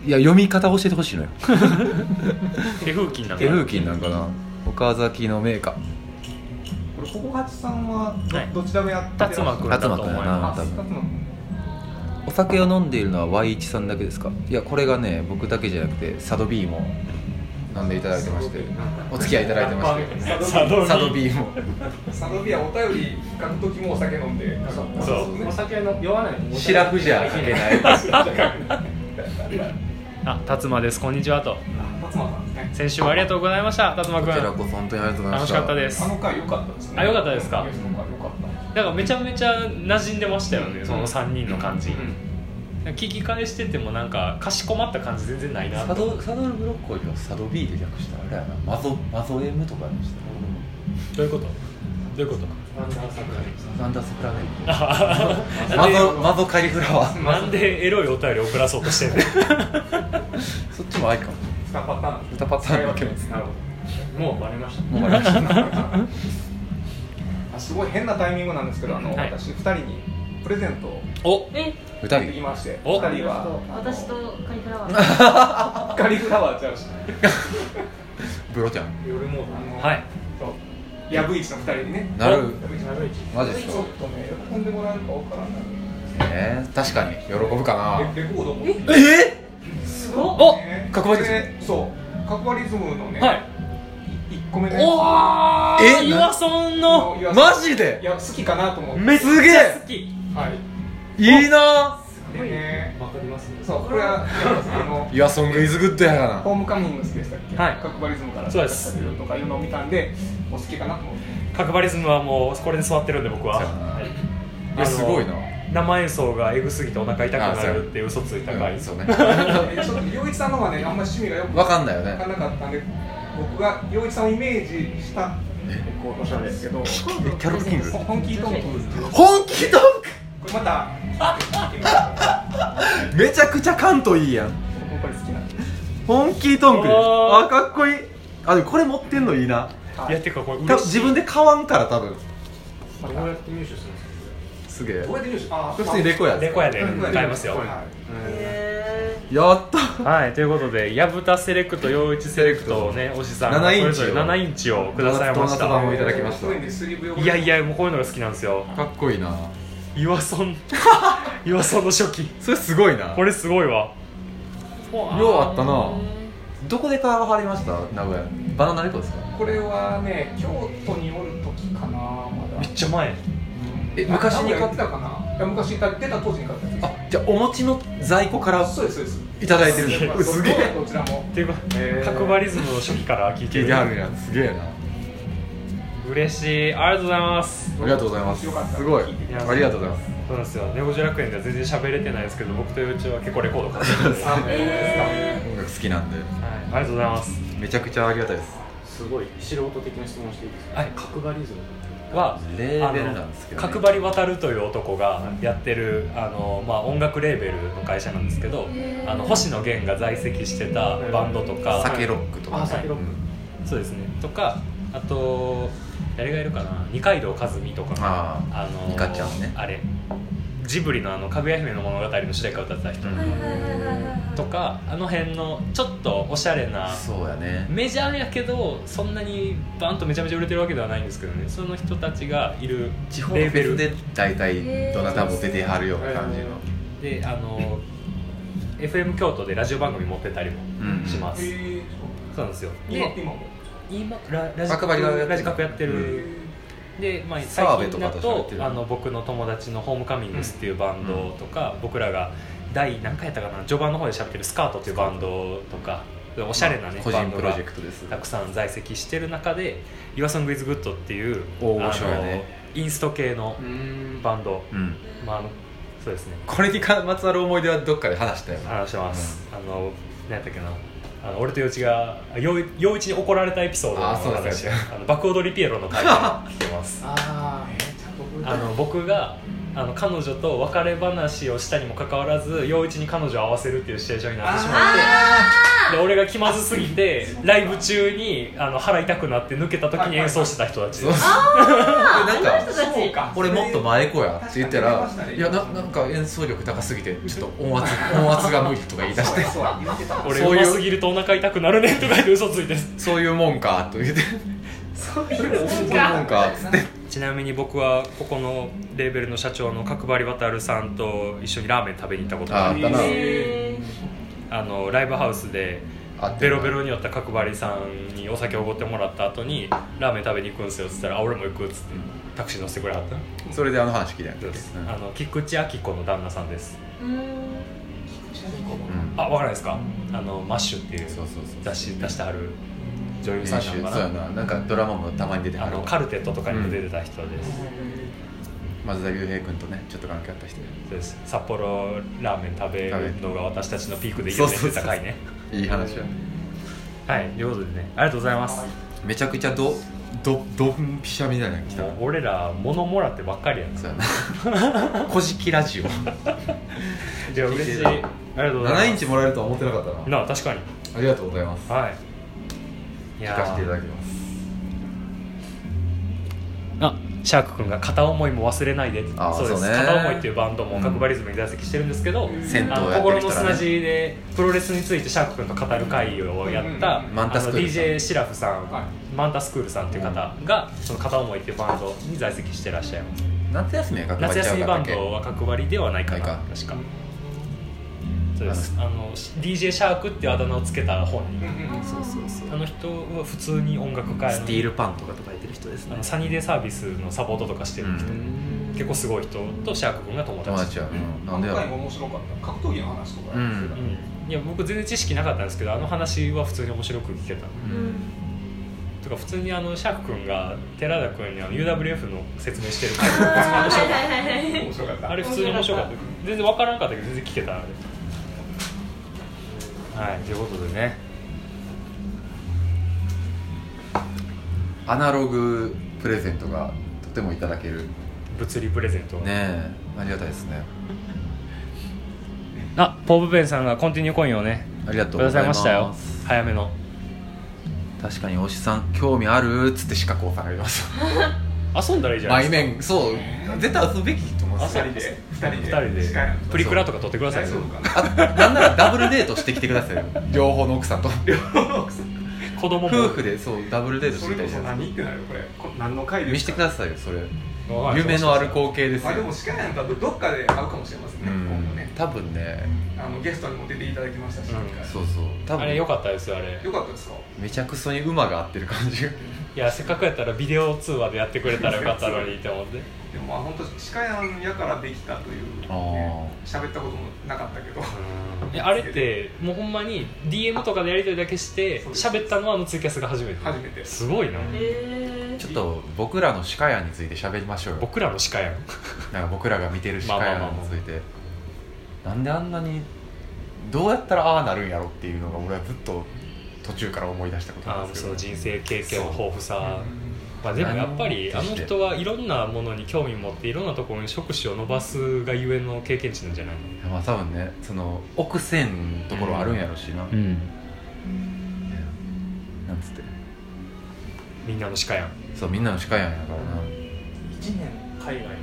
いや読み方教えてほしいのよ手風琴なんか手風琴なんかな岡崎の銘菓これここ八さんはど,、はいどちらもやって辰馬くんだと思いあま辰馬くんお酒を飲んでいるのは Y1 さんだけですかいやこれがね僕だけじゃなくてサド B も飲んでいただいてましてお付き合いいただいてましてサドサドビサドビーもサドビアお便り書く時もお酒飲んでかかったそうですねお酒の酔わないシラフじゃ書けないすあ辰馬ですこんにちはとあ辰馬さんですね先週はありがとうございました辰馬こくんちらこそ本当にありがとうございま楽ししたかったですあの回良かったですねあ良かったですかあの回良かっなんかめちゃめちゃ馴染んでましたよね、うんその3人の感じ、たうん聞き返しててもなんかかしこまった感じ全然ないなサドサドルブロッコリーはサドビーで略したあれやなマゾマゾ M とかにしたどういうことどういうことサンダースプラネッあトマゾマゾカリフラワーなんでエロいお便り送らそうとしてんのそっちもありかも二パターン歌パタ使ーいン分だけけどますなるほどもうバレましたもう笑っちゃっ たあすごい変なタイミングなんですけどあの、はい私二人にプレゼントをおえ二買ってき人ましてお二人は私とカリフラワーカリフラワーちゃうしブロちゃん夜もうあのはいそうヤブイチの二人にねなるヤブイチ悪いマジっすちかょっとね喜んでもらえるかわからえー、確かに喜ぶかないなレレコード持ってえすごっおねカクワリズムでそうカクワリズムのね、はいい、1個目のやつおーえ岩村のいやマジいでや好きかなと思ってめっすげちゃえ好きはいいいなでねわかりますねそうこれはあのユアソ ングイズグッドやからホームカミング好きでしたっけ、はいカクバリズムからそうです出てるとかいうのを見たんで、お好きかなと思って、角張リズムはもうこれで座ってるんで僕はそうやなはいいやすごいなあの生演奏がエグすぎてお腹痛くなるっていう嘘ついた回うんそうねえちょっと洋一さんの方はね、あんま趣味がよくわかんないよ分ねかんなかったんで、僕が洋一さんをイメージしたこうおしゃれですけど、えキャロルキング本気トンプっていう、こ本気ドンれまた、ク めちゃくちゃ関東いいやん僕これ好きなんで、本気トンクですおーあかっこいいあでもこれ持ってんのいいなはいいやてかこれ多嬉分しい自分で買わんから多分どうやって入手するんですかすげえどうやって入手あ普通にレコやでレコやでうん買いますよはえやったはいということで薮田セレクト陽一セレクトをねおしさんが7インチをそれぞれ7インチをくださいましドナたドナいただきましたすごいねスリーブ汚れいやい、やもうこういうのが好きなんですよかっこいいな岩 村岩村の初期それすごいなこれすごいわようあったなどこで買わはりました名古屋バナナレコですかこれはね、京都におる時かな、まだめっ。ちゃ前え昔に買買っってたたかな。いや昔買ってた当時に買ったあやつ。じゃあお餅の在庫からそうですそうです。いただいてるんだうわすすげげええこちらもっていうかへー角張リズムの初期から聞いて聞いるてはるやんすげえな嬉しいありがとうございますありがとうございますよかったすごい聞いてみますありがとうございますそうなんですよネゴジ楽園では全然喋れてないですけど僕と幼稚は結構レコード買って るんです、はい、あえ音楽好きなんでありがとうございますめちゃくちゃありがたいですすごい素人的な質問していいですかはい角張リズムはレーベルなんですけどあねの角張り渡るという男がやってる、あのまあ、音楽レーベルの会社なんですけどへーあの星野源が在籍してたバンドとか酒ロックとかあ酒ロックそうですねとかあと誰がいるかな二階堂和美とかああの二階ちゃんねあれジブリのあの「かぐや姫の物語」の主題歌を歌ってた人うー、はいはいはいはいはいとかあの辺のちょっとおしゃれなあそうやねメジャーやけどそんなにバンとめちゃめちゃ売れてるわけではないんですけどねその人たちがいる地方のフレーベェルスで大体どなたも出てはるような感じのであの FM 京都でラジオ番組持ってたりもうんします、ーそうなんですよ今で今も。今ララジ角張りがやってるラジカクやってるで、まあ、最澤部近だとかと喋とってるあの僕の友達の「ホームカミングス」っていうバンドとか、僕らが第何回やったかな序盤の方で喋ってる「スカート」っていうバンドとかおしゃれなね、個バ人ンドプがロジェクトですたくさん在籍してる中で「YourSongIsGood」っていう大あ御所やの、ねインスト系のうんバンド、うんまああの、そうですねこれにかまつわる思い出はどっかで話したよ話してます、あの何やったっけなあの俺と陽一があ陽一陽一に怒られたエピソードのあそうだ話そうだあの爆踊りピエロの回が来てます あーえーちゃんと覚えてるあの僕があの彼女と別れ話をしたにもかかわらず陽一に彼女を合わせるっていうシチュエーションになってしまってで俺が気まずすぎ てライブ中にあの腹痛くなって抜けた時に演奏してた人たちですあでーなあんかの人たそうちか俺もっと前行こうやって言ったら確かにいやななんか演奏力高すぎてちょっと音圧音圧が無理とか言い出してそう言ってたわ俺そうういうますぎるとお腹痛くなるねとか言って嘘ついてそういうもんかと言ってそういうもんかつって ちなみに僕はここのレーベルの社長の角張渉さんと一緒にラーメン食べに行ったことがああるだなへあのライブハウスであってベロベロに酔った角張さんにお酒おごってもらった後にラーメン食べに行くんですよっつったら「あ俺も行く」っつってタクシー乗せてくれはったそれであの話聞いたんやそうっでけす、あの菊池亜希子の旦那さんですーうーんうんあわからないですかあのマッシュっていうそうそうそう出し出してはる女優サさッんシなのュそうやかななんかドラマもたまに出てなあはるのカルテットとかにも出てた人です、松田龍平君とねちょっと関係あった人そうです札幌ラーメン食べるのが私たちのピークで有名で高いねいい話やねはいということでねありがとうございますめちゃくちゃどどどんぴしゃみたいなの来たもう俺ら物もらってばっかりやなそうやな「こじきラジオ」いや嬉しいありがとうござ7いイまンすチもらえるとは思ってなかったななあ確かにありがとうございますはいい聞やかせていただーきますあシャーク君が片思いも忘れないであーそうですそうね片思いっていうバンドも角張リズムに在籍してるんですけど、銭湯あのやってる心人のらね砂地でプロレスについてシャーク君と語る会をやった、うんうんうんマンタスあクのールさん DJ シラフさん、はマンタスクールさんっていう方が、その片思いっていうバンドに在籍してらっしゃいます夏休みや学校夏ちゃ休うみかバったンっけドは角張りではないかなないか確かそうですあの DJ シャークっていうあだ名をつけた本人そうそうそうあの人は普通に音楽界のスティールパンとかとか言ってる人ですあねのサニーデーサービスのサポートとかしてる人、うん結構すごい人とシャーク君が友友達達やうんなんでや今回もろ面白かった格闘技の話とかしてたうん、いや僕全然知識なかったんですけどあの話は普通に面白く聞けたうんとか普通にあのシャーク君が寺田君にあの UWF の説明してるからあーはいはいはいはい面白かったあれ普通に面白かった全然わからなかったけど全然聞けたあれはいということでねアナログプレゼントがとてもいただける物理プレゼント、ねえありがたいですねあポーブベンさんがコンティニューコインをねありがくとうごださざいいまましすたよ早めの確かにおしさん興味あるっつって資格を下がりまし遊んだらいいじたゃない前ですか面そう絶対遊ぶべきと思うんですよ二人で二二人人で近いでのプリクラとか撮ってください大丈よ夫かなあなんならダブルデートしてきてくださいよ両方の奥さんと子供も夫婦でそうダブルデートしそてれみたいこじそゃないで何ってなるよこれこ何の回すでか見してくさださいよそれわかんない夢のある光景ですまあでよも近いなんだとどっかで会うかもしれませんねう今後んね多分ねあのゲストにも出ていただきましたしうん一回そうそう多あれ良分かったですよあれよかったですかめちゃくそに馬が合ってる感じ がいやせっかくやったらビデオ通話でやってくれたらよかったのにって思ってうでもまあ本当近いのやからできたというね喋ったこともなかったけどんえあれってもうほんまに DM とかでやり取りだけしてそうです喋ったのはあのツイキャスが初めて初めてすごいなえちょっと僕らの歯科屋について喋りましょうよ僕らの鹿やんなんか僕らが見てる歯科まあま屋あまあまあについてなんであんなにどうやったらああなるんやろっていうのが俺はずっと途中から思い出したことなあんでーすそけのど人生経験の豊富さ、まあ、でもやっぱりあ何のをして人はいろんなものに興味持っていろんなところに触手を伸ばすがゆえの経験値なんじゃないのまあ多分ねその奥線のところあるんやろしな、んなんつってみんなの鹿やんそうみんなの歯科屋やからな1年海外放浪とか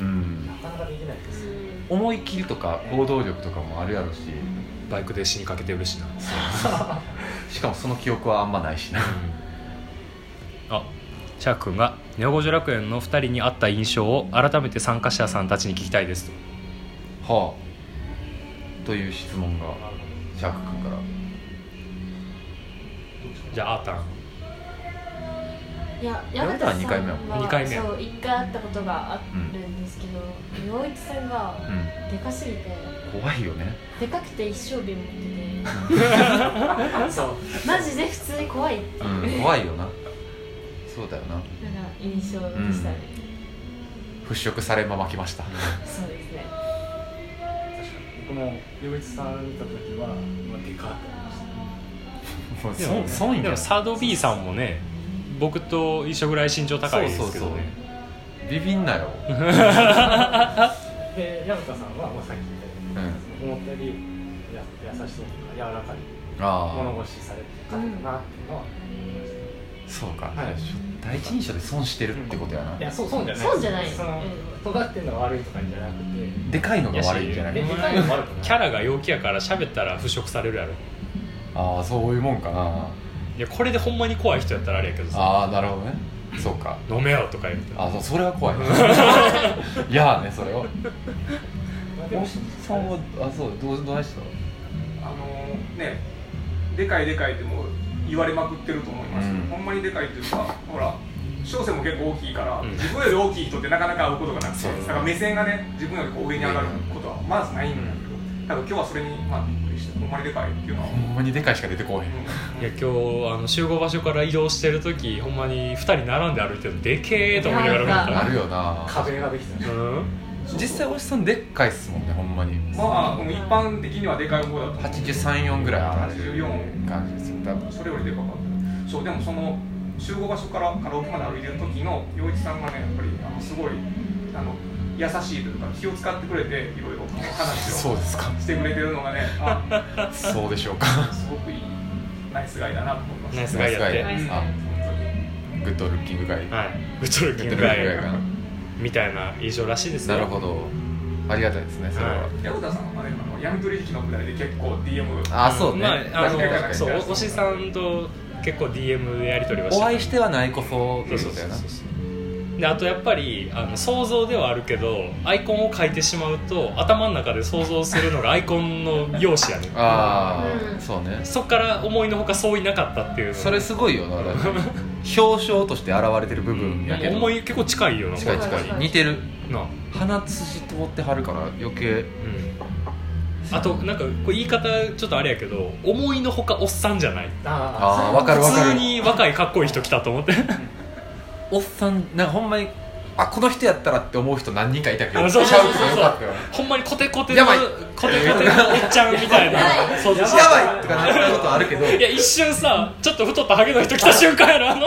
うんなかなかできないです思い切りとか行動力とかもあるやろしバイクで死にかけてるしなしかもその記憶はあんまないしなあシャーク君が「ネオ五条楽園の2人に会った印象を改めて参加者さんたちに聞きたいです」はあという質問がシャーク君からじゃああーたんいや矢矢部部さんはさん二回目やもん二回目やそう一回会ったことがあるんですけど陽、一さんがうでかすぎてん怖いよねでかくて一生瓶 持 ってそうてマジで普通に怖いっていう、うん怖いよなそうだよななんか印象でしたね、払拭されまま来ましたそうですね確かに僕も陽一さん見た時はうわでかって思いましたも うでも損でやもサード B さんもね僕と一緒ぐらい身長高いですけどねビビんなよで矢田さんは、まあ、さっき言ったように思ったよりや優しそうとか柔らかいあ物腰されてたなっていうのは、あそうか、はい第一印象で損してるってことやな、いやそうそうじゃないそうじゃないそのうん尖ってんのが悪いとかじゃなくでてかいのが悪いんじゃないやしでかいのもあるかなキャラが陽気やから喋ったら払拭されるやろああそういうもんかないやこれでほんまに怖い人やったらあれやけどさああなるほどねそうか「飲めよ」とか言うてあそうそれは怖いいやーねそれはまあで大も石さんはあそうどうどうしたあのねでかいでかいってもう言われまくってると思います、うんほんまにでかいっていうかほら小生も結構大きいから、うん自分より大きい人ってなかなか会うことがなくてそうだから目線がね自分よりこう上に上がることはまずないんだけど、多分今日はそれに、まあ、びっくりしてほんまにでかいっていうのは、ほんまにでかいしか出てこうへいんや今日あの集合場所から移動してる時ほんまに2人並んで歩いてるのでけえと思いながらなん歩いかなたるよな壁ができてたうん実際おじさんでっかいっすもんねほんまにまあ一般的にはでかい方だと思う834ぐらいあられる84感じですよ多分それよりでかかったそうでもその集合場所からカラオケまで歩いてる時の陽一さんがねやっぱりあのすごいあの優しいというか気を使ってくれていろいろ話そうをですかしてくれてるのがねあそうでしょうかすごくいいナイスガイだなと思いましたナイスガイやってナイスガあイグッドルッキングガイグッはいウトルキンドルッキンググガガイイがみたいな印象らしいですよなるほどありがたいですねそれは、はい矢田さんはねあの闇取引のくだりで結構 DM あそうね、まああ確かに確かのにそう確かにおおしさんと結構 DM でやり取りはしておた会いしてはないこそそうそうだそようなそうであとやっぱりあの想像ではあるけどアイコンを書いてしまうと頭の中で想像するのがアイコンの容姿やねんああ、うんそうねそっから思いのほかそういなかったっていうのそれすごいよなだから表彰として現れてる部分やけど思い結構近いよな近い近い似てるな、鼻筋通ってはるから余計うん、あとなんかこれ言い方ちょっとあれやけど思いのほかおっさんじゃないあああ分かる分か普る通に若いかっこいい人来たと思っておっさんなんかほんまにあこの人やったらって思う人何人かいたけどあそうちゃそううそうそうとよかったよほんまにコテコテやのばいコテコテのおっちゃんみたいな想像してやばいとかなったことあるけどいや一瞬さちょっと太ったハゲの人来た瞬間やろあの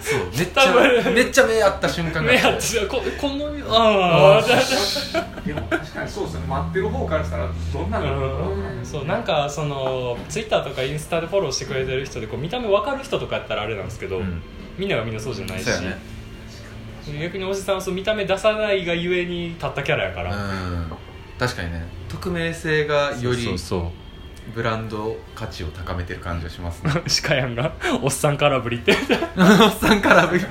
そうめっち多ゃ分めっちゃ目合った瞬間が目あってここのああでも確かにそうですよね待ってる方からしたらどんなのうんそうなんかそのツイッターとかインスタでフォローしてくれてる人でこう見た目わかる人とかやったらあれなんですけど、うんみんながみんなそうじゃないしそうやね逆におじさんはその見た目出さないがゆえに立ったキャラやかうら、ん確かにね匿名性がよりそうブランド価値を高めてる感じがしますねシカヤンがおっさん空振りっておっさんからぶり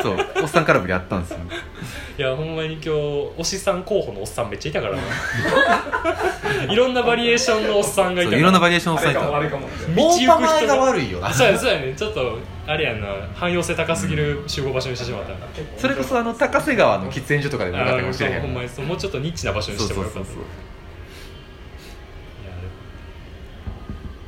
そうおっさんからぶりあったんですよいやほんまに今日おしさん候補のおっさんめっちゃいたからないろんなバ リエーションのおっさんがいたそうからいろんなバリエーションをあ抑えれかもあたれかも道行く人大玉が悪いよなそうやねそうやねちょっとあれやんな汎用性高すぎる集合場所にしてしまったなそれこそあの高瀬川の喫煙所とかでもよかったかもしれへあーほんまにんそうもうちょっとニッチな場所にそうしてそもうよかそっうたそうい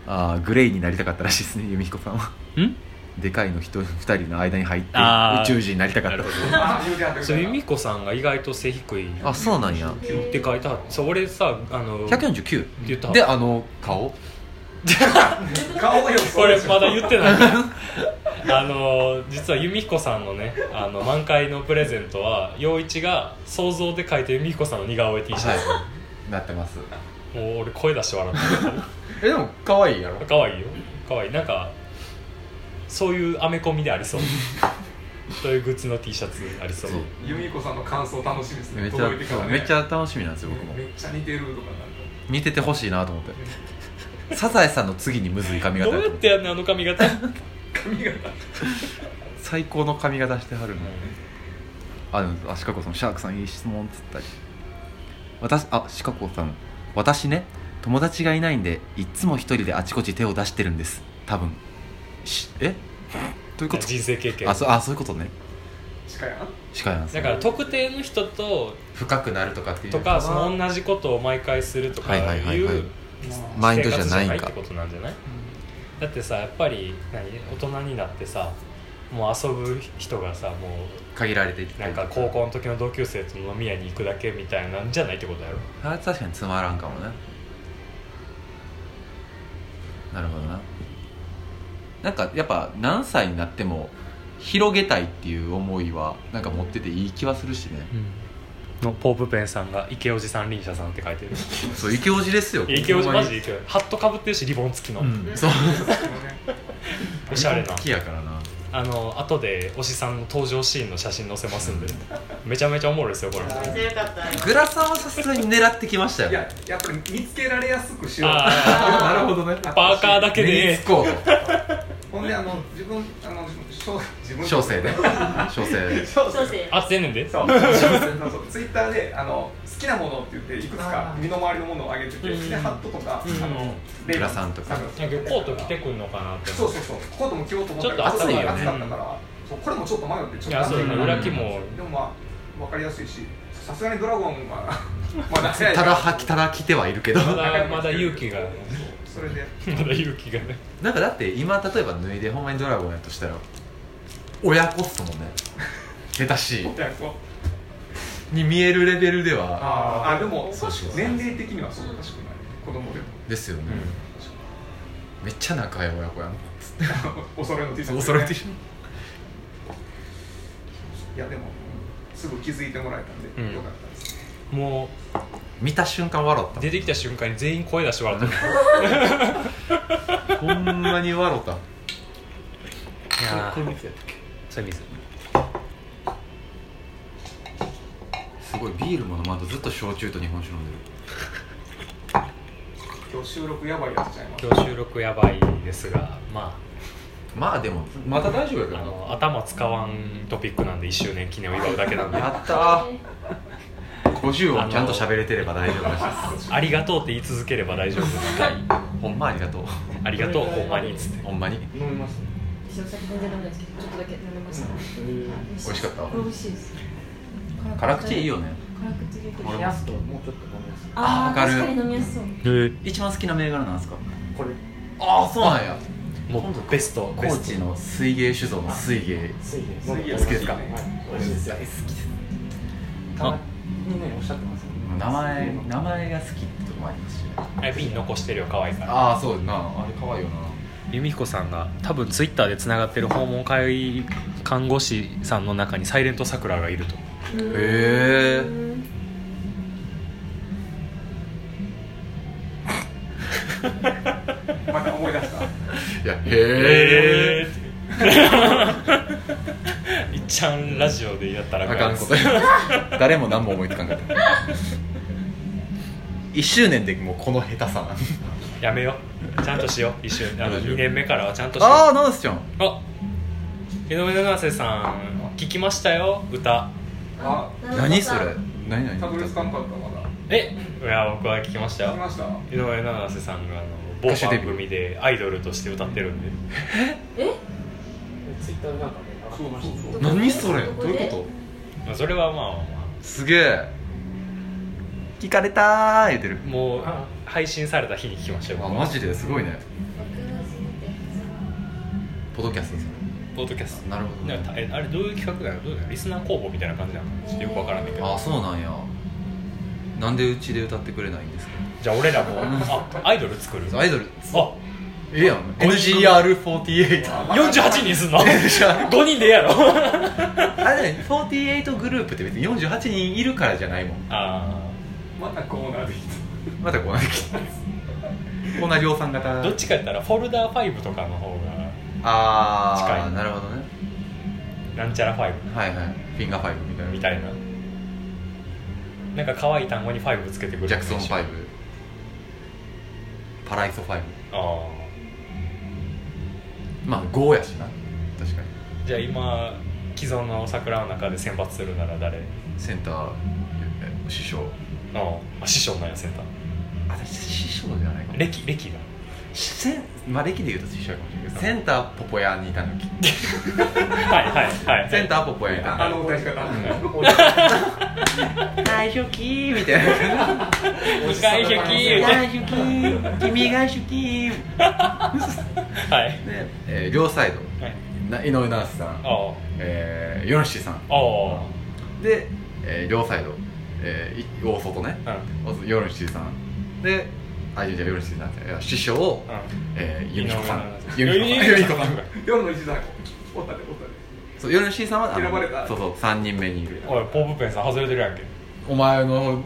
やああグレイになりたかったらしいですね弓彦さんはあれんでかいの人2人の間に入ってあー宇宙人になりたかっなるほたあ言うてはったみそうたい由な美子さんが意外と背低いっあそうなんやて書いてあってそう俺さあの149言ったであの顔顔がよくこそうでれすよまだ言って ないあの実は由美彦さんのねあの満開のプレゼントは陽一が想像で書いた由美彦さんの似顔絵 T シャツ、はいなってますもう俺声出して笑っえでも可愛いやろた可愛いよ可愛いなんかそういうアメコミでありそうそういうグッズの T シャツありそうそう由美子さんの感想楽しみですめねっちゃ届いてかそうらねめっちゃ楽しみなんですよ僕もめっちゃ似てるとかなんか似ててほしいなと思ってサザエさんの次にむずい髪型どうやとやっ思ってやんねんあの髪型 髪型最高の髪型してはるのあでもあシカコさんシャークさんいい質問っつったり私あシカコさん私ね友達がいないんでいっつも一人であちこち手を出してるんです多分しえどういうこと人生経験あそうあそういうことねしかやな鹿やんだから特定の人と深くなるとかっていうとかその同じことを毎回するとかいう、はいはいはいはいまマインドじゃない生活んじゃっかてことなんじゃないだってさやっぱり何大人になってさもう遊ぶ人がさも限られていっうてなんか高校の時の同級生と飲み屋に行くだけみたいなんじゃないってことやろあ確かにつまらんかもねなるほどななんかやっぱ何歳になっても広げたいっていう思いはなんか持ってていい気はするしねのポープペンさんが「池おじ三輪車さん」って書い てるそうイケオジですよ池おじほんまマにジで池おじハットかぶってるしリボン付きの、ん そうあでもねおしゃれな好きやからなあの後でおしさんの登場シーンの写真載せますんでめちゃめちゃおもろいですよこれめっちゃよかったグラさんはさすがに狙ってきましたよいやねやっぱり見つけられやすくしようあなるほどねーパーカーだけ目にでつこうとほんであの自分あの小自分小生で小生 で小そう生です合ってんねんでそうそうそうツイッターであの好きなものって言っていくつか身の回りのものをあげててうんでハットとか、うんあのレイグラサンとかなんかコート着てくんのかなってそうそうそうコートも着ようと思ったけどちょっと暑いよね暑かったからそうこれもちょっと迷ってちょっといやそう暑いから裏木もでもまあわかりやすいしさすがにドラゴンはまだただはきただ来てはいる けどまだまだ勇気が そうそれでまだ勇気がねなんかだって今例えば脱いでほんまにドラゴンやとしたら親子っすもんね下手しいみたいなこうに見えるレベルではあーあでもそうそうそう年齢的にはそうおかしくない子供でもですよね、めっちゃ仲良い親子やなお揃いの T シャツ、恐れてしいやでもすぐ気づいてもらえたんで、うんよかったですねも見た瞬間笑っう出てきた瞬間に全員声出して笑ってるたほんまに笑ったいやーそれ水すごいビールも飲まんとずっと焼酎と日本酒飲んでる今日収録やばいやつちゃいます今日収録やばいですがままあでもまた大丈夫やああの頭使わんトピックなんで1周年記念を祝うだけなんでやったー50音ちゃんと喋れてれば大丈夫だしありがとうって言い続ければ大丈夫ほんまありがとうありがとうほんまにっつってほんまに飲みます私お酒全然飲んでないですけどちょっとだけ飲みましたえー美味美味しかったこれ美味しいです辛口いいよね辛口できる冷やすともうちょっと飲みますああわかある確かに飲みやすそう一番好きな銘柄なんですかこれああそうなんやもうベスト高ベス知の水芸酒造の水芸ついです水泳はい好きですか美味しいですよたまにねおっしゃってますよね名前名前が好きってとこもありますしねトあれ瓶残してるよ可愛いからああそうなあれ可愛いよな由美彦さんが多分ツイッターでつながってる訪問会看護師さんの中にサイレントさくらがいるとへーまた思い出したいやへええいっちゃんラジオでやったらあか んことや誰も何も思いつかんかった1周年でもうこの下手さなやめようちゃんとしよう一瞬あのラジオ2年目からはちゃんとしようああなんすちゃんあ井上七瀬さん聞きましたよ歌あ何それ何何たどり着かんかったまだえいや僕は聞きました聞きよました井上七瀬さんがあの某歌手番デビュー組でアイドルとして歌ってるんで えツイッターなんかね上がってましたそうそうどこで何それどどこうでいうこまあそれはまあまあまとすげえ聞かれたー言ってるあもう配信された日に聞きましたよあ僕はマジですごいねポドキャストですねポッドキャストなるほどなんかねえあれどういう企画なのどういうのリスナー公募みたいな感じなのちょっとよくわからないけあどあそうなんやなんでうちで歌ってくれないんですかじゃあ俺らもあアイドル作るアイドルあええやん NGR48 48人 すんの ?5 人でええやろ あれ ね48グループって別に48人いるからじゃないもんあまたコーナーできまたこうなこんな量産型あどっちかやったらフォルダー5とかの方がああ近いなるほどねなんちゃら5はいはいフィンガーファイブみたいなみたいななんか可愛い単語に5つけてくるジャクソンあ5パライソ5あまあ5やしな確かにじゃあ今既存の桜の中で選抜するなら誰センターえ師匠ああ師匠なんやセンターあ私師匠じゃないかも歴歴がセンまあ歴で言うと一緒かもしれないけどセンターポポヤにいたのきはいはいはい センターポポヤにいたあの歌い方大初期みたいな二回引き大初期君が初期はいで、えー両サイドはいな井上直樹さん、おうえー、ヨンシーさんおうで、えー両サイド、えーい大外ねうんヨンシーさんであいやいやヨンシーさんじゃないいや師匠、えー、ユミコさん井上尚弥ユミコさ ん夜の一座おったでおったでそうヨンシーさんはあの選ばれたそうそう3人目にいるうんおいポープペンさん外れてるやんけお前の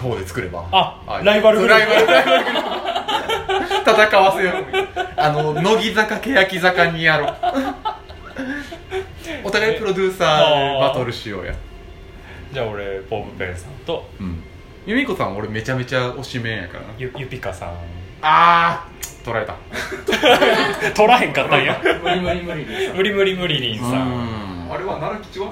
方で作ればあいライバルグループそうライバルグループ戦わせようあの乃木坂欅坂 にやろうお互いプロデューサーバトルしようやじゃあ俺ポープペンさんとうん由美子さん俺めちゃめちゃ推しメンやからなゆゆぴかさんあー取られた取らへんかったんや 無理無理無理です無理無理無理りんさんんあれは奈良吉は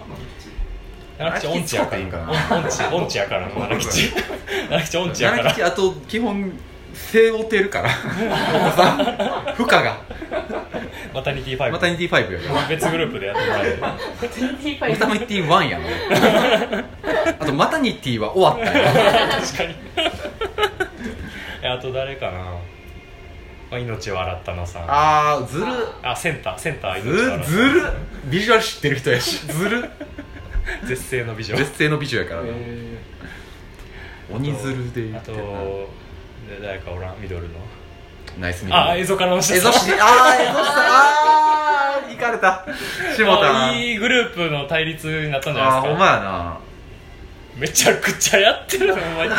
奈良奈吉良吉オンチやから奈良吉使っていいんかオンチオンチやからな奈良 吉奈良吉オンチやか七ら吉あと基本背負って るからさ負荷がマタニティファイブマタニティ5やから別グループでやってもらえるマタ ニティ1やなあとマタニティは終わったよ確かに えあと誰かな、まあ、命を洗ったなさんああーずるセンターセンターず命を洗っるたずるビジュアル知ってる人 やしずる絶世の美女絶世の美女やからなえ鬼ずるで言あっとてんなで誰かおらんミドルのナイスミドルあエゾカの人エゾシあーエゾシさんあーいかれた下田あいいグループの対立になったんじゃあないーでほすんまかやなめちゃくちゃやってるほんまに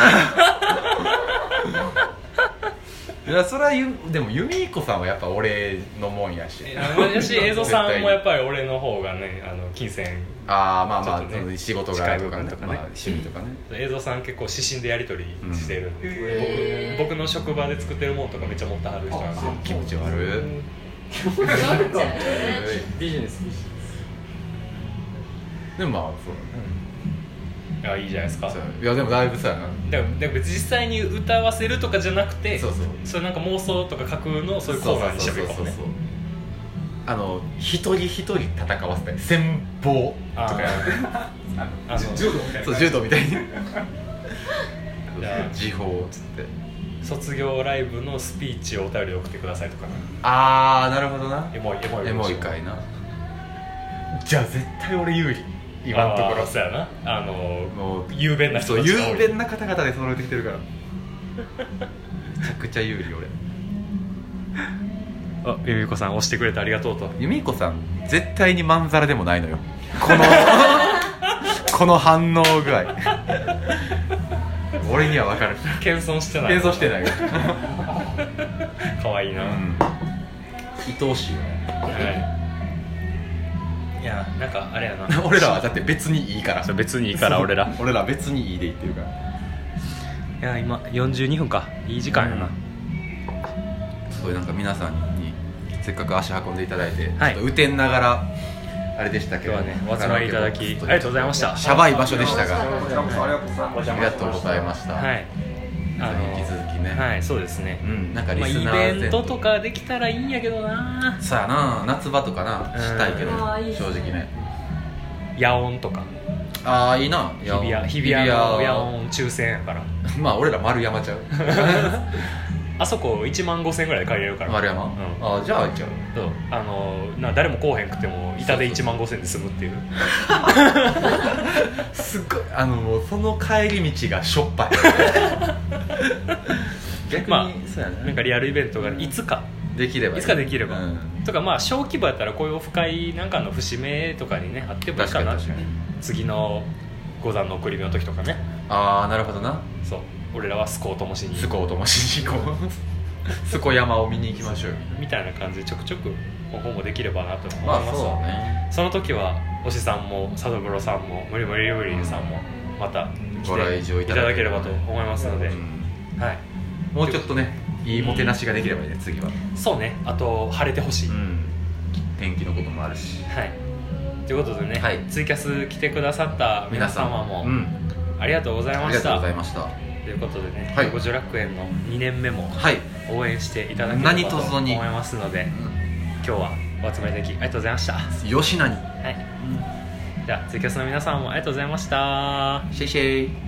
いやそれはゆでも由美子さんはやっぱ俺のもんやしあのやしエゾさんもやっぱり俺の方がねあの金銭ああまあまちょあ、っとねその仕事柄とかね近い部分とかねまあ、趣味とかね映像さん結構指針でやり取りしてるんで、うん僕僕の職場で作ってるものとかめっちゃ持ってはる人なんであそう気持ち悪いービジネスビジネでもまあそうだねいやいいじゃないですかそうだかいやでもだいぶさらだから別に実際に歌わせるとかじゃなくてそうそうれなんか妄想とか架空のそういうコーナーにしてもいいかもねあの一人一人戦わせたい戦法とあかやるあの柔道みたいそうな柔道みたいにじゃあ時報っつって卒業ライブのスピーチをお便りで送ってくださいとかねああなるほどなエモいエモいエモいかいなじゃあ絶対俺有利今今ののととこころろそうやなあのもう雄弁な人そうたちが多い雄弁な方々で揃えてきてるからめちゃくちゃ有利俺あゆみこさん押してくれてありがとうと由美子さん絶対にまんざらでもないのよこ のこの反応具合俺には分かる謙遜してない謙遜してない、うかわいいな、ん、愛おしいよねはいいやなんかあれやな 俺らはだって別にいいからそう別にいいから俺らい 俺ら別にいいで言ってるからや今42分かいい時間やな、うんすごいなんか皆さんにせっかく足運んでいただいて、はいちょっと雨天ながらあれでしたけ今ど日はねお集まりいただきありがとうございましたしゃばい場所でしたがこちらこそありがとうございましたありがとうございました、はいあの引き続きね、はいそうですね、うんなんかリまあ、スイナーベントとかできたらいいんやけどなさあな夏場とかなうんしたいけどあーいいです正ね直ね夜音とかああいいな日比谷日比谷の夜音抽選やからまあ俺ら丸山ちゃうあそこ1万5000円ぐらいで 借りれるから丸山、うんああじゃあ行っちゃうそうあのな誰もこうへんくても板で1万5000円で済むっていうすっごいあのもうその帰り道がしょっ ぱい逆に、まあそうやねなんかリアルイベントがいつかできればいつかできればうんとかまあ小規模やったらこういうオフ会なんかの節目とかにねあってもいいか確かなに確かに次の五山の送り火の時とかねああなるほどなそう俺らはスコーともしにスコーともしに行こう スコ山を見に行きましょうよみたいな感じでちょくちょく今後もできればなと思いままあす、そうだねその時は星さんも佐渡風呂さんも無理無理無理さんもまた来ご来場ていいたただだけけれればばと思いますので、うんはい、もうちょっとねいいもてなしができればいいね次はそうねあと晴れてほしい、うん天気のこともあるしはいということでね、はいツイキャス来てくださった皆様もうんありがとうございあまりがしとうたございましたでということでね、はい五十楽園の2年目もはい応援していただければと何卒思にいますので、今日はお集まりいただきありがとうございました、は吉なにい、じゃあツイキャスの皆さんもありがとうございましたシェイシェイ